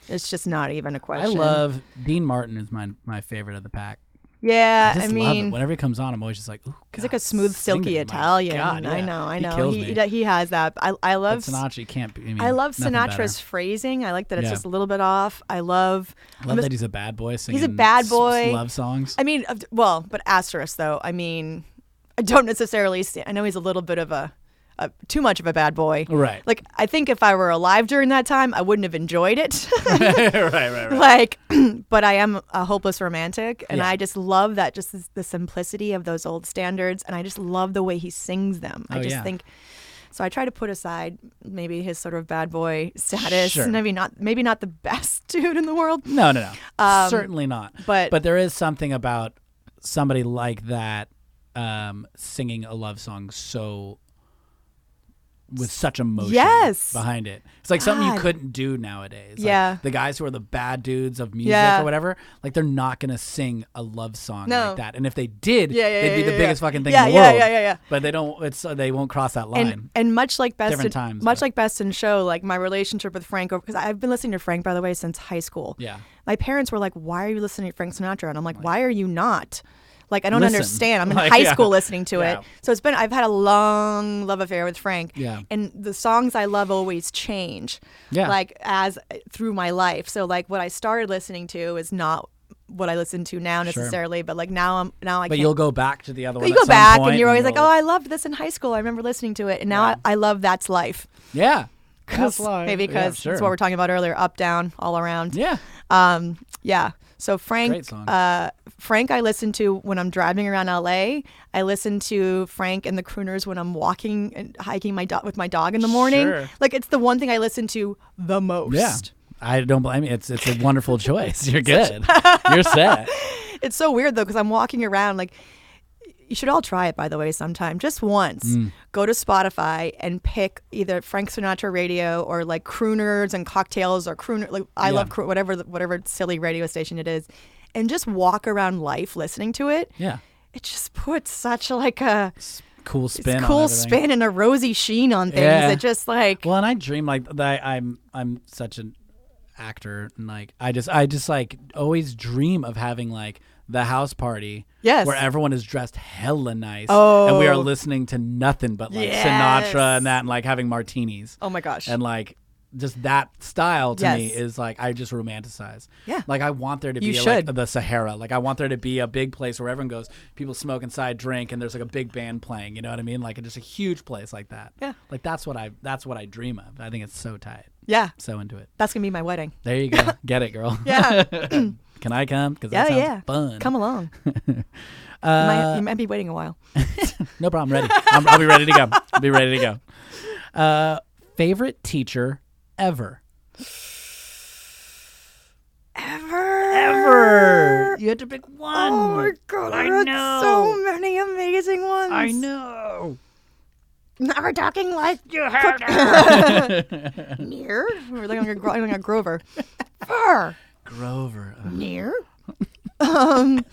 It's just not even a I question. love Dean Martin is my my favorite of the pack. Yeah, I Uh, I, just love it. mean, Whenever he comes on, I'm always just like, ooh, he's God, like a smooth, sing silky it. My Italian. God, I yeah. know, I He know. kills he, me. he, he has that. I I But love Sinatra can't be. I, mean, I love nothing Sinatra's better. phrasing. I like that it's Yeah. just a little bit off. I love. I love that he's a bad boy singing. a bad s- boy. love songs. I mean, of- well, but asterisk though. I mean, I don't necessarily. See, I know he's a little bit of a, a too much of a bad boy. right. Like I think if I were alive during that time, I wouldn't have enjoyed it. right. Right. Right. like but i am a hopeless romantic and Yeah. i just love that just is the simplicity of those old standards and i just love the way he sings them i Oh, just yeah. think so i try to put aside maybe his sort of bad boy status Sure. maybe not maybe not the best dude in the world No. No. No. Certainly not. Um, but- there is something about somebody like that um, singing a love song so with such emotion Yes. behind it. It's like something you God. couldn't do nowadays. Like, Yeah. the guys who are the bad dudes of music Yeah. or whatever, like they're not gonna sing a love song No. like that. And if they did, Yeah, yeah, they'd be yeah, the yeah, biggest yeah. fucking thing Yeah, in the yeah, world. yeah, yeah, yeah. But they don't. It's uh, they won't cross that line. and and much like best Different in, times, much but- like best in show like my relationship with frank because i've been listening to frank by the way since high school yeah. my parents were like why are you listening to frank sinatra and i'm like why are you not like i don't Listen. understand i'm in Like, high yeah. school listening to Yeah. it so it's been i've had a long love affair with frank Yeah. and the songs i love always change Yeah. like as through my life so like what i started listening to is not what i listen to now necessarily but like now i'm now i But can't you'll go back to the other one. you at go some back point and you're always like, you'll- oh, I loved this in high school. I remember listening to it, and now I, I love That's Life. yeah. 'Cause- That's life. Maybe Yeah, because it's what sure. we're talking about earlier, up, down, all around. Yeah. Um, yeah. So Great Frank, song. uh, Frank, I listen to when I'm driving around LA. I listen to Frank and the Crooners when I'm walking and hiking my dog with my dog in the morning. Sure. Like it's the one thing I listen to the most. Yeah. I don't blame you. It's it's a wonderful choice. You're good. You're set. It's so weird though because I'm walking around like. You should all try it, by the way, sometime. Just once. Mm. Go to Spotify and pick either Frank Sinatra radio or like crooners and cocktails or crooner. Like I Yeah. love cro- whatever the- whatever silly radio station it is, and just walk around life listening to it. Yeah. it just puts such like a S- Cool spin. on cool everything. spin and a rosy sheen on things. Yeah. It just like Well, and I dream like that. I'm I'm such an actor, and like I just I just like always dream of having like the house party. Yes. Where everyone is dressed hella nice. And we are Oh. listening to nothing but like Yes. Sinatra and that, and like having martinis. oh my gosh, and like just that style to me Yes. is like I just romanticize. Yeah. Like I want there to You be like should. the Sahara. Like I want there to be a big place where everyone goes, people smoke inside, drink, and there's like a big band playing. You know what I mean? Like just a huge place like that. Yeah. Like that's what I that's what I dream of. I think it's so tight. yeah, So into it. that's gonna be my wedding. There you go. Get it, girl. Yeah, Can I come? Because yeah, that sounds yeah. fun. Come along. You Uh, might, you might be waiting a while. No problem. Ready. I'm, I'll be ready to go. I'll be ready to go. Uh, favorite teacher ever. Ever. You had to pick one. Oh my god, I I had know. so many amazing ones. I know. Now we're talking like you heard near. We're like on a, gro- like a Grover. Far Grover. Uh, near. Um.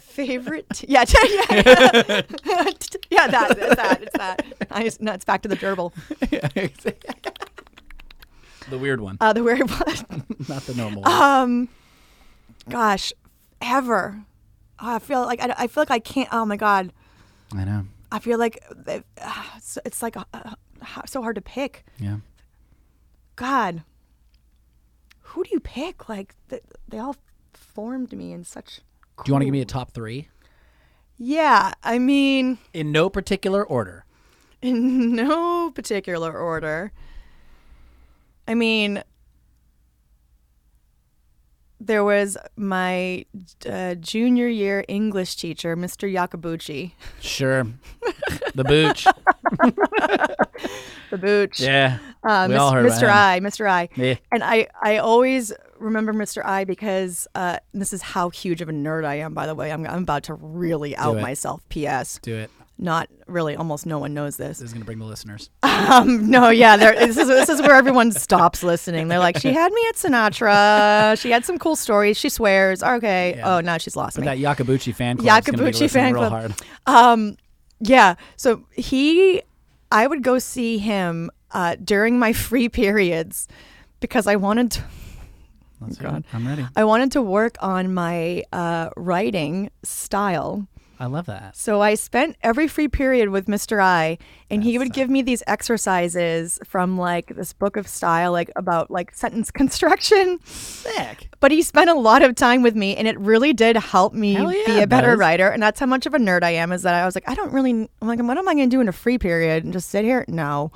Favorite, t- yeah, yeah, yeah, yeah, that, it's that, it's that. I just, no, it's back to the gerbil. the weird one, Uh, the weird one. not the normal one. Um, gosh, ever. Oh, I feel like I, I feel like I can't. Oh my god, I know. I feel like uh, it's, it's like uh, uh, so hard to pick. Yeah. God, who do you pick? Like th- they all formed me in such. Do you want to give me a top three? Yeah, I mean, In no particular order. in no particular order. I mean, there was my uh, junior year English teacher, Mr. Yakabuchi, Sure. the booch. the booch. Yeah. Uh, we Mis- all heard Mr. about him. I, Mr. I. Yeah. And I, I always remember Mr. I because uh, and this is how huge of a nerd I am, by the way. I'm, I'm about to really out it. myself. P.S. Do it. Not really, almost no one knows this. This is going to bring the listeners. Mm. Um, no, yeah, there, this, is, this is where everyone stops listening. They're like, she had me at Sinatra. She had some cool stories. She swears. Okay. Yeah. Oh, now she's lost me. That Yakabuchi fan club. Yakabuchi fan real club. Hard. Um, yeah. So he, I would go see him uh, during my free periods because I wanted to, Let's hear God. it. I'm ready. I wanted to work on my uh, writing style. I love that. So I spent every free period with Mr. I, and he would give me these exercises from like this book of style, like about like sentence construction. Sick. But he spent a lot of time with me, and it really did help me Hell be yeah, a better Buzz. writer. And that's how much of a nerd I am. Is that I was like, I don't really. I'm like, what am I going to do in a free period and just sit here? No.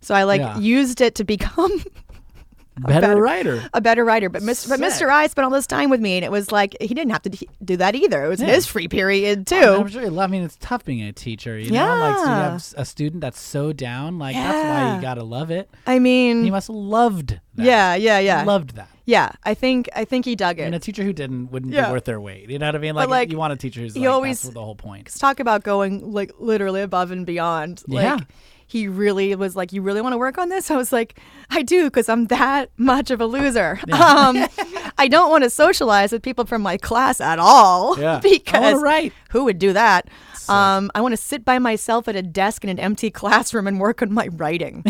So I like Yeah. used it to become Better, better- writer. a better writer. But Mr. But Sick. Mr. I spent all this time with me, and it was like he didn't have to d- do that either. It was his free period too. I'm sure. you love- I mean, it's tough being a teacher. You know, like so you Yeah. have s- a student that's so down. Like that's why you Yeah. gotta love it. I He mean, must have loved that. yeah, yeah, yeah, Loved that. yeah. I think I think he dug it. And a teacher who didn't wouldn't Yeah. be worth their weight. You know what I mean? Like, like, you want a teacher who's he like, always- that's the whole point. Let's talk about going like literally above and beyond. Yeah. Like he really was like, You really want to work on this? I was like, I do, because I'm that much of a loser. Um, I don't want to socialize with people from my class at all. Yeah. I wanna Because write. who would do that? Um, I want to sit by myself at a desk in an empty classroom and work on my writing.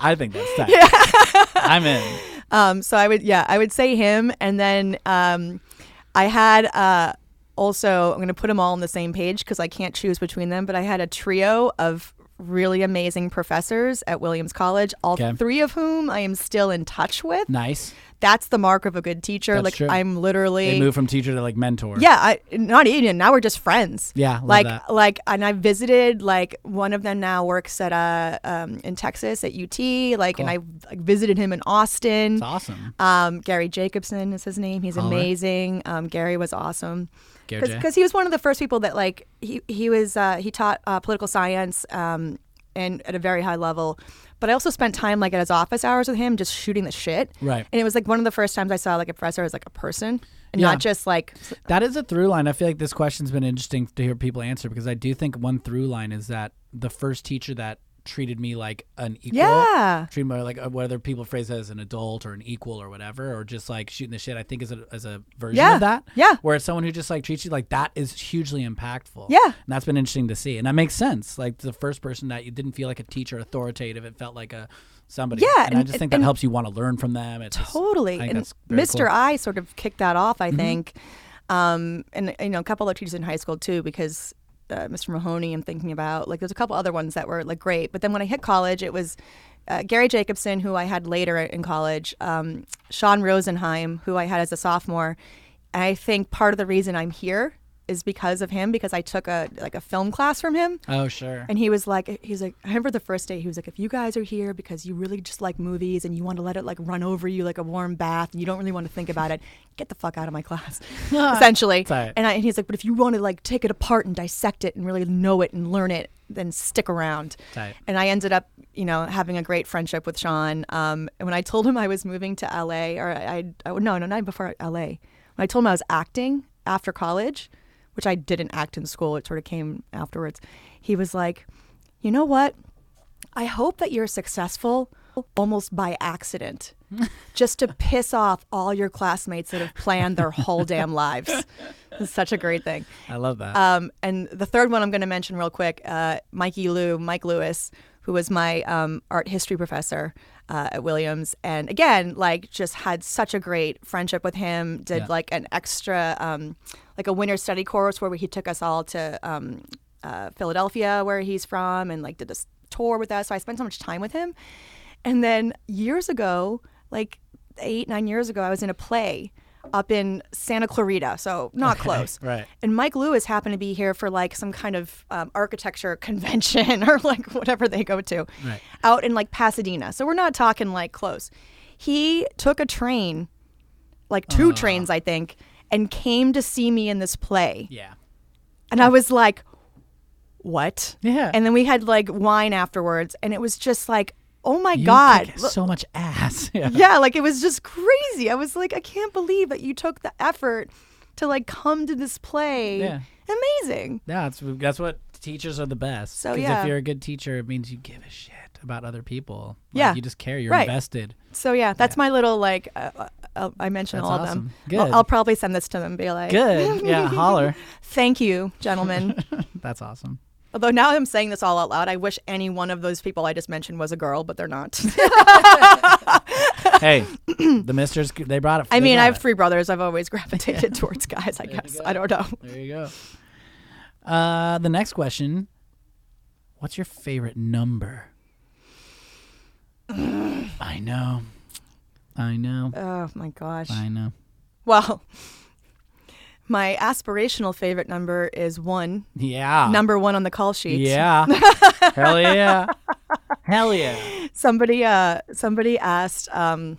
I think that's that. I'm in. Um, so I would, yeah, I would say him, and then um, I had uh, also I'm going to put them all on the same page because I can't choose between them. But I had a trio of really amazing professors at Williams College, all Okay. three of whom I am still in touch with. Nice. That's the mark of a good teacher. That's like true. I'm literally They move from teacher to like mentor. yeah, I, not even. Now we're just friends. Yeah, love like that. like, and I visited like one of them now works at uh um, in Texas at UT. Like, and I like, visited him in Austin. It's awesome. Um, Gary Jacobson is his name. He's All right. amazing. Um, Gary was awesome Gary J. because he was one of the first people that like he he was uh, he taught uh, political science um, and at a very high level. But I also spent time like at his office hours with him, just shooting the shit. Right. And it was like one of the first times I saw like a professor as like a person and Yeah. not just like That is a through line. I feel like this question's been interesting to hear people answer because I do think one through line is that the first teacher that treated me like an equal, Yeah. treated me like uh, whether people phrase that as an adult or an equal or whatever, or just like shooting the shit. I think is a, is a version Yeah. of that. Yeah. where it's someone who just like treats you like that is hugely impactful. Yeah. and that's been interesting to see, and that makes sense. Like the first person that you didn't feel like a teacher, authoritative, it felt like a somebody. Yeah, and, I and- just think that and- helps you want to learn from them. It's just- Totally. I think And that's very Mm-hmm. Mr. I sort of kicked that off, I think. Um, and, you know, a couple of teachers in high school too, because uh, Mr. Mahoney, I'm thinking about, like, there's a couple other ones that were, like, great. But then when I hit college, it was uh, Gary Jacobson, who I had later in college, um, Sean Rosenheim, who I had as a sophomore. And I think part of the reason I'm here is because of him, because I took a, like, a film class from him. Oh sure. And he was like, he's like, I remember the first day. He was like, if you guys are here because you really just like movies and you want to let it like run over you like a warm bath and you don't really want to think about it, get the fuck out of my class, essentially. It's all right. And, I, and he's like, but if you want to like take it apart and dissect it and really know it and learn it, then stick around. Tight. And I ended up, you know, having a great friendship with Sean. Um, and when I told him I was moving to LA, or I, I no, no, not before LA. When I told him I was acting after college, which I didn't act in school, it sort of came afterwards. He was like, "You know what? I hope that you're successful almost by accident, just to piss off all your classmates that have planned their whole damn lives." It's such a great thing. I love that. Um, and the third one I'm going to mention real quick, uh, Mikey Lou, Mike Lewis, who was my um, art history professor uh, at Williams, and again, like, just had such a great friendship with him. Did Yeah. like an extra, um, like a winter study course where he took us all to um, uh, Philadelphia, where he's from, and like did this tour with us. So I spent so much time with him. And then years ago, like eight, nine years ago, I was in a play up in Santa Clarita, so not close. right. And Mike Lewis happened to be here for like some kind of um, architecture convention or like whatever they go to Right. out in like Pasadena. So we're not talking like close. He took a train like Uh. two trains, I think, and came to see me in this play. Yeah. And I was like, what? Yeah. And then we had like wine afterwards, and it was just like, oh my You God. kick look- so much ass. Yeah. yeah, like it was just crazy. I was like, I can't believe that you took the effort to like come to this play. Yeah. Amazing. Yeah, that's that's what teachers are the best. So, 'Cause yeah. if you're a good teacher, it means you give a shit about other people. Like, Yeah. you just care. You're Right. invested. So yeah, that's my little like. Uh, uh, uh, I mentioned That's all of awesome. them. Good. I'll, I'll probably send this to them. And be like, Good. Yeah, holler. Thank you, gentlemen. That's awesome. Although now I'm saying this all out loud, I wish any one of those people I just mentioned was a girl, but they're not. Hey, the misters they brought it. I they mean, brought I have it. three brothers. I've always gravitated towards guys. I you guess go. I don't know. There you go. Uh, the next question: What's your favorite number? I know. I know. Oh my gosh. I know. Well, my aspirational favorite number is one. Yeah. Number one on the call sheet. Yeah. Hell yeah. Hell yeah. Somebody, uh, somebody asked um,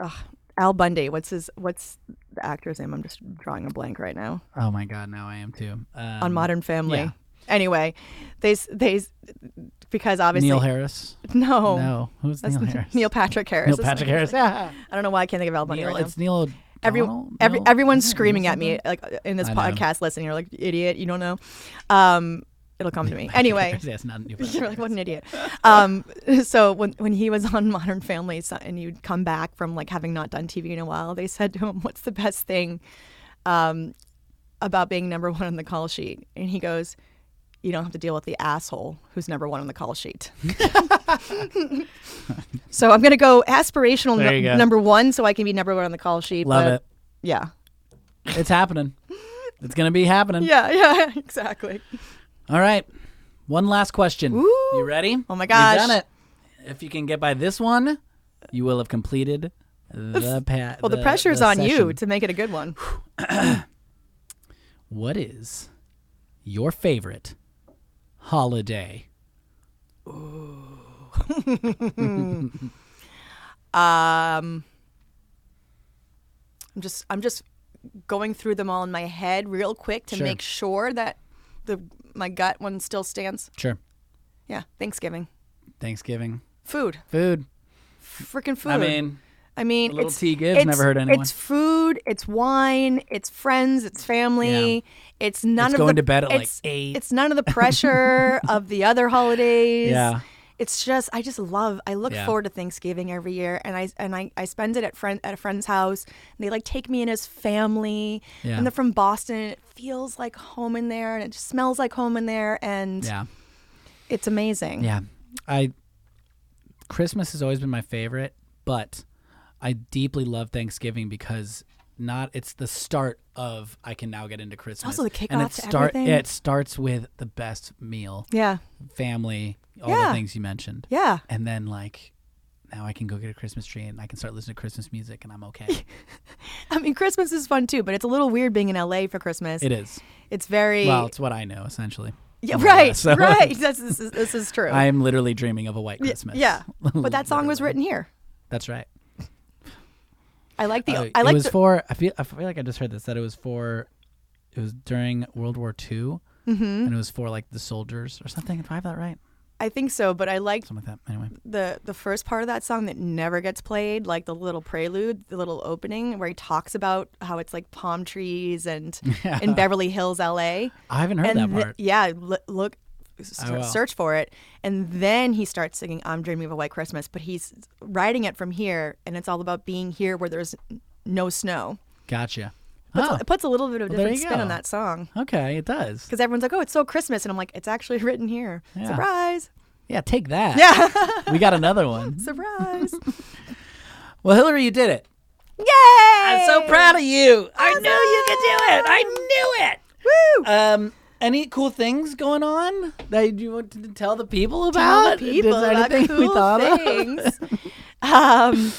ugh, Al Bundy. What's his? What's the actor's name? I'm just drawing a blank right now. Oh my god, now I am too. Um, on Modern Family. yeah. Anyway, they s- they s- because obviously Neil Harris. no no, who's oh, that's Neil Harris? Neil Patrick Harris. Neil That's Patrick not- Harris. Yeah. I don't know why I can't think of Al Bundy Neil, right now. it's Neil. Every, O'Donnell? every Neil- everyone's Neil screaming at me something? like in this I know. podcast listening. You're like idiot. You don't know. Um, it'll come to me anyway. Yeah, it's not Neil You're Patrick like what an idiot. Um, so when when he was on Modern Family so- and you'd come back from like having not done TV in a while, they said to him, "What's the best thing um, about being number one on the call sheet?" And he goes, "You don't have to deal with the asshole who's number one on the call sheet." so I'm gonna go aspirational There you nu- go. number one, so I can be number one on the call sheet. Love but- it. Yeah. It's happening. It's gonna be happening. Yeah. Yeah. Exactly. All right. One last question. Ooh. You ready? Oh my You done gosh. it. If you can get by this one, you will have completed the pat. Well, the, pressure's on you session. to make it a good one. What is your favorite holiday? Um, I'm just I'm just going through them all in my head real quick to Sure. make sure that the my gut one still stands. Sure. Yeah, Thanksgiving, Thanksgiving. food, Food. freaking food. I mean, I mean, a little it's, tea gives, it's- never hurt anyone. It's food, it's wine, it's friends, it's family. It's none It's of going the, to bed at, like, it's- eight. It's none of the pressure of the other holidays. Yeah. It's just I just love I look Yeah. forward to Thanksgiving every year and I and I, I spend it at friend at a friend's house and they like take me in as family Yeah. and they're from Boston and it feels like home in there and it just smells like home in there and yeah. it's amazing. Yeah. I Christmas has always been my favorite, but I deeply love Thanksgiving because not it's the start of I can now get into Christmas. also the and kickoff it to start everything. it starts with the best meal, Yeah. family, all the Yeah. things you mentioned. Yeah. And then like now I can go get a Christmas tree and I can start listening to Christmas music and I'm okay. I mean Christmas is fun too, but it's a little weird being in LA for Christmas. it is. It's very Well, it's what I know essentially. Yeah, More or right, less. So, right. That's, this, is, this is true. I am literally dreaming of a white Christmas. Yeah, but that song was Literally. written here. That's right. I like the. Uh, I it like was the. for I feel I feel like I just heard this that it was for it was during World War II Mm-hmm. and it was for like the soldiers or something. Do I have that right? I think so, but I liked Something like that. Anyway, the the first part of that song that never gets played, like the little prelude, the little opening where he talks about how it's like palm trees and in Beverly Hills, L.A. I haven't heard and e that th- part. yeah, l- look, s- I will. search for it, and then he starts singing "I'm Dreaming of a White Christmas," but he's writing it from here, and it's all about being here where there's no snow. Gotcha. Puts, Oh, it puts a little bit of a Well, there different you spin on go. that song. okay, it does. because everyone's like, "Oh, it's so Christmas," and I'm like, "It's actually written here. Yeah. Surprise! Yeah, take that. Yeah, we got another one. surprise! Well, Hillary, you did it. Yay! I'm so proud of you. I knew you could do it. I knew it. Woo! Um, any cool things going on that you want to tell the people Tell the about? people Is there about anything we cool thought of? things. um,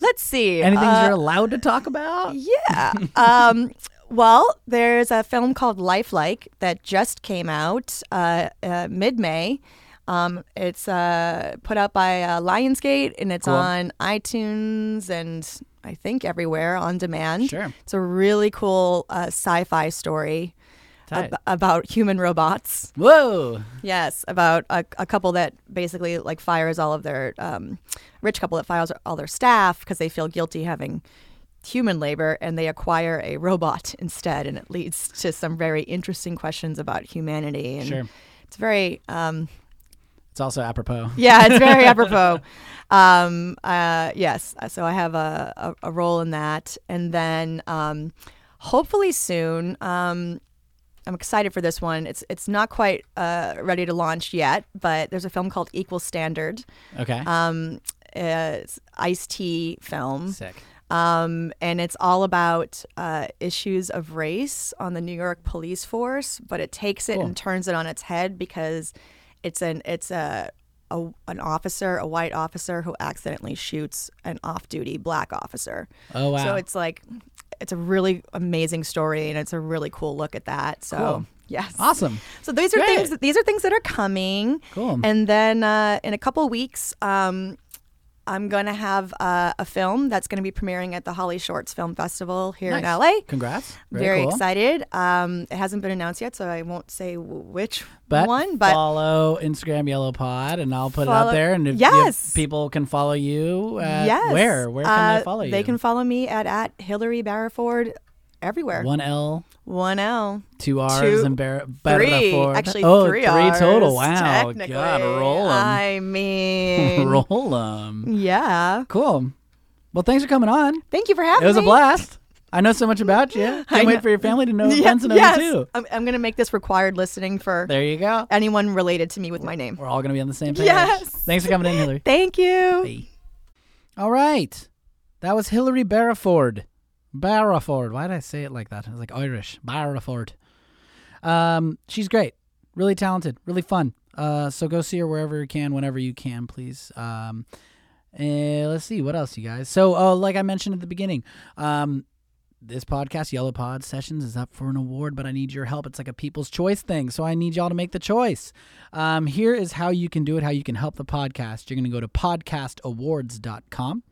let's see. Anything Uh, you're allowed to talk about? yeah. Um, well, there's a film called Lifelike that just came out uh, uh, mid May Um, it's uh, put out by uh, Lionsgate and it's Cool. on iTunes and I think everywhere on demand. Sure. It's a really cool uh, sci fi story Tight. ab- about human robots. Whoa. Yes, about a, a couple that basically like fires all of their um, rich couple that fires all their staff because they feel guilty having human labor and they acquire a robot instead and it leads to some very interesting questions about humanity and Sure. it's very um, It's also apropos. yeah it's very apropos um, uh, yes so i have a, a, a role in that and then um, hopefully soon um, i'm excited for this one it's it's not quite uh, ready to launch yet but there's a film called equal standard Okay. um, uh, it's ice tea film Sick. um, and it's all about uh, issues of race on the New York police force, but it takes it Cool. and turns it on its head because it's an it's a, a an officer, a white officer who accidentally shoots an off-duty black officer. Oh wow. So it's like it's a really amazing story, and it's a really cool look at that. So Cool. yes, awesome. so these are Great. things. That, these are things that are coming. Cool. And then uh, in a couple weeks, um, I'm gonna have uh, a film that's gonna be premiering at the Holly Shorts Film Festival here in Nice. LA. Congrats. Very, Very, cool. excited. Um, it hasn't been announced yet, so I won't say w- which But one. But follow Instagram Yellow Pod, and I'll put it out Follow- there. And if, if Yes. people can follow you, uh, yes, where where can Uh, they follow you? They can follow me at at Hillary Barriford everywhere. one L, One L. two R's, Two, and bar- Three, Barraford. actually oh, three three total. Rs, Wow, technically. God, roll 'em. I mean, roll them. yeah. Cool. Well, thanks for coming on. Thank you for having It was me. a blast. I know so much about you. Can't I wait know. for your family to know, Yeah, friends to know yes. you too. I'm, I'm going to make this required listening for There you go. anyone related to me with my name. We're all going to be on the same page. Yes. Thanks for coming in, Hillary. Thank you. All right. That was Hillary Barraford. Barraford. Why did I say it like that? It was like Irish. Barraford. Um, she's great. Really talented. Really fun. Uh, so go see her wherever you can, whenever you can, please. Um, eh, let's see what else, you guys. So, oh, like I mentioned at the beginning, um, this podcast, Yellow Pod Sessions, is up for an award, but I need your help. It's like a people's choice thing. So I need y'all to make the choice. Um, here is how you can do it, how you can help the podcast. You're going to go to podcastawards.com.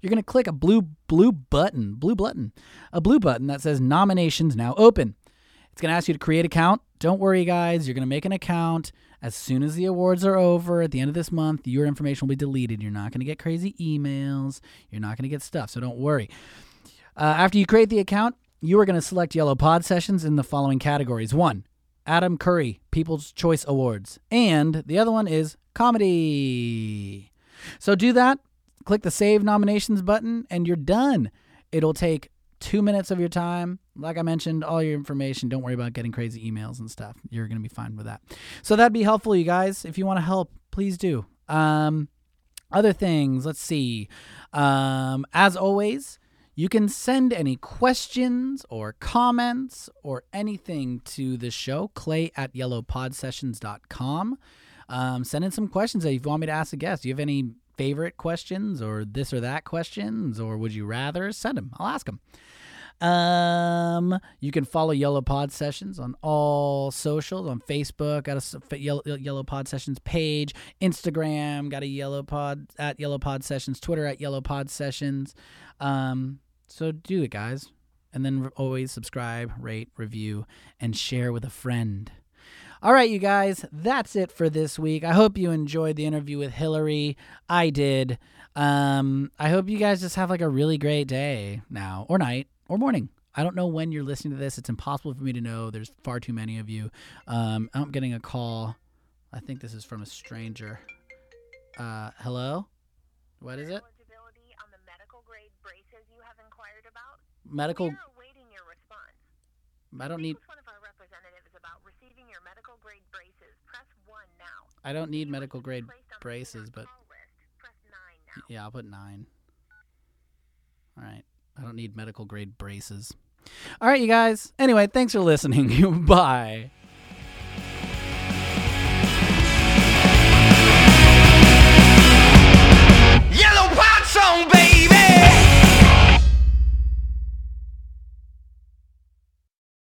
You're going to click a blue blue button, blue button, a blue button that says nominations now open. It's going to ask you to create account. Don't worry, guys. You're going to make an account. As soon as the awards are over at the end of this month, your information will be deleted. You're not going to get crazy emails. You're not going to get stuff. So don't worry. Uh, after you create the account, you are going to select Yellow Pod Sessions in the following categories. One, Adam Curry, People's Choice Awards. And the other one is comedy. So do that. Click the Save Nominations button, and you're done. It'll take two minutes of your time. Like I mentioned, all your information. Don't worry about getting crazy emails and stuff. You're going to be fine with that. So that'd be helpful, you guys. If you want to help, please do. Um, other things, let's see. Um, as always, you can send any questions or comments or anything to the show, clay at yellowpodsessions.com. Um, send in some questions that you want me to ask a guest. Do you have any favorite questions or this or that questions or would you rather? Send them. I'll ask them. Um, you can follow Yellow Pod Sessions on all socials on Facebook. Got a s- f- Yellow, Yellow Pod Sessions page, Instagram. Got a Yellow Pod at Yellow Pod Sessions, Twitter at Yellow Pod Sessions. Um, so do it, guys, and then re- always subscribe, rate, review, and share with a friend. All right, you guys, that's it for this week. I hope you enjoyed the interview with Hillary. I did. Um, I hope you guys just have like a really great day now, or night, or morning. I don't know when you're listening to this. It's impossible for me to know. There's far too many of you. Um, I'm getting a call. I think this is from a stranger. Uh, hello? What is it? eligibility on the medical grade braces you have inquired about? Medical. We are awaiting your response. I don't need. Speak with one of our representatives about receiving your medical grade braces. Press 1 now. I don't need If you wish medical to grade be placed on the braces, standard but call list, press 9 now. yeah, I'll put nine. All right. I don't need medical grade braces. All right, you guys. Anyway, thanks for listening. Bye.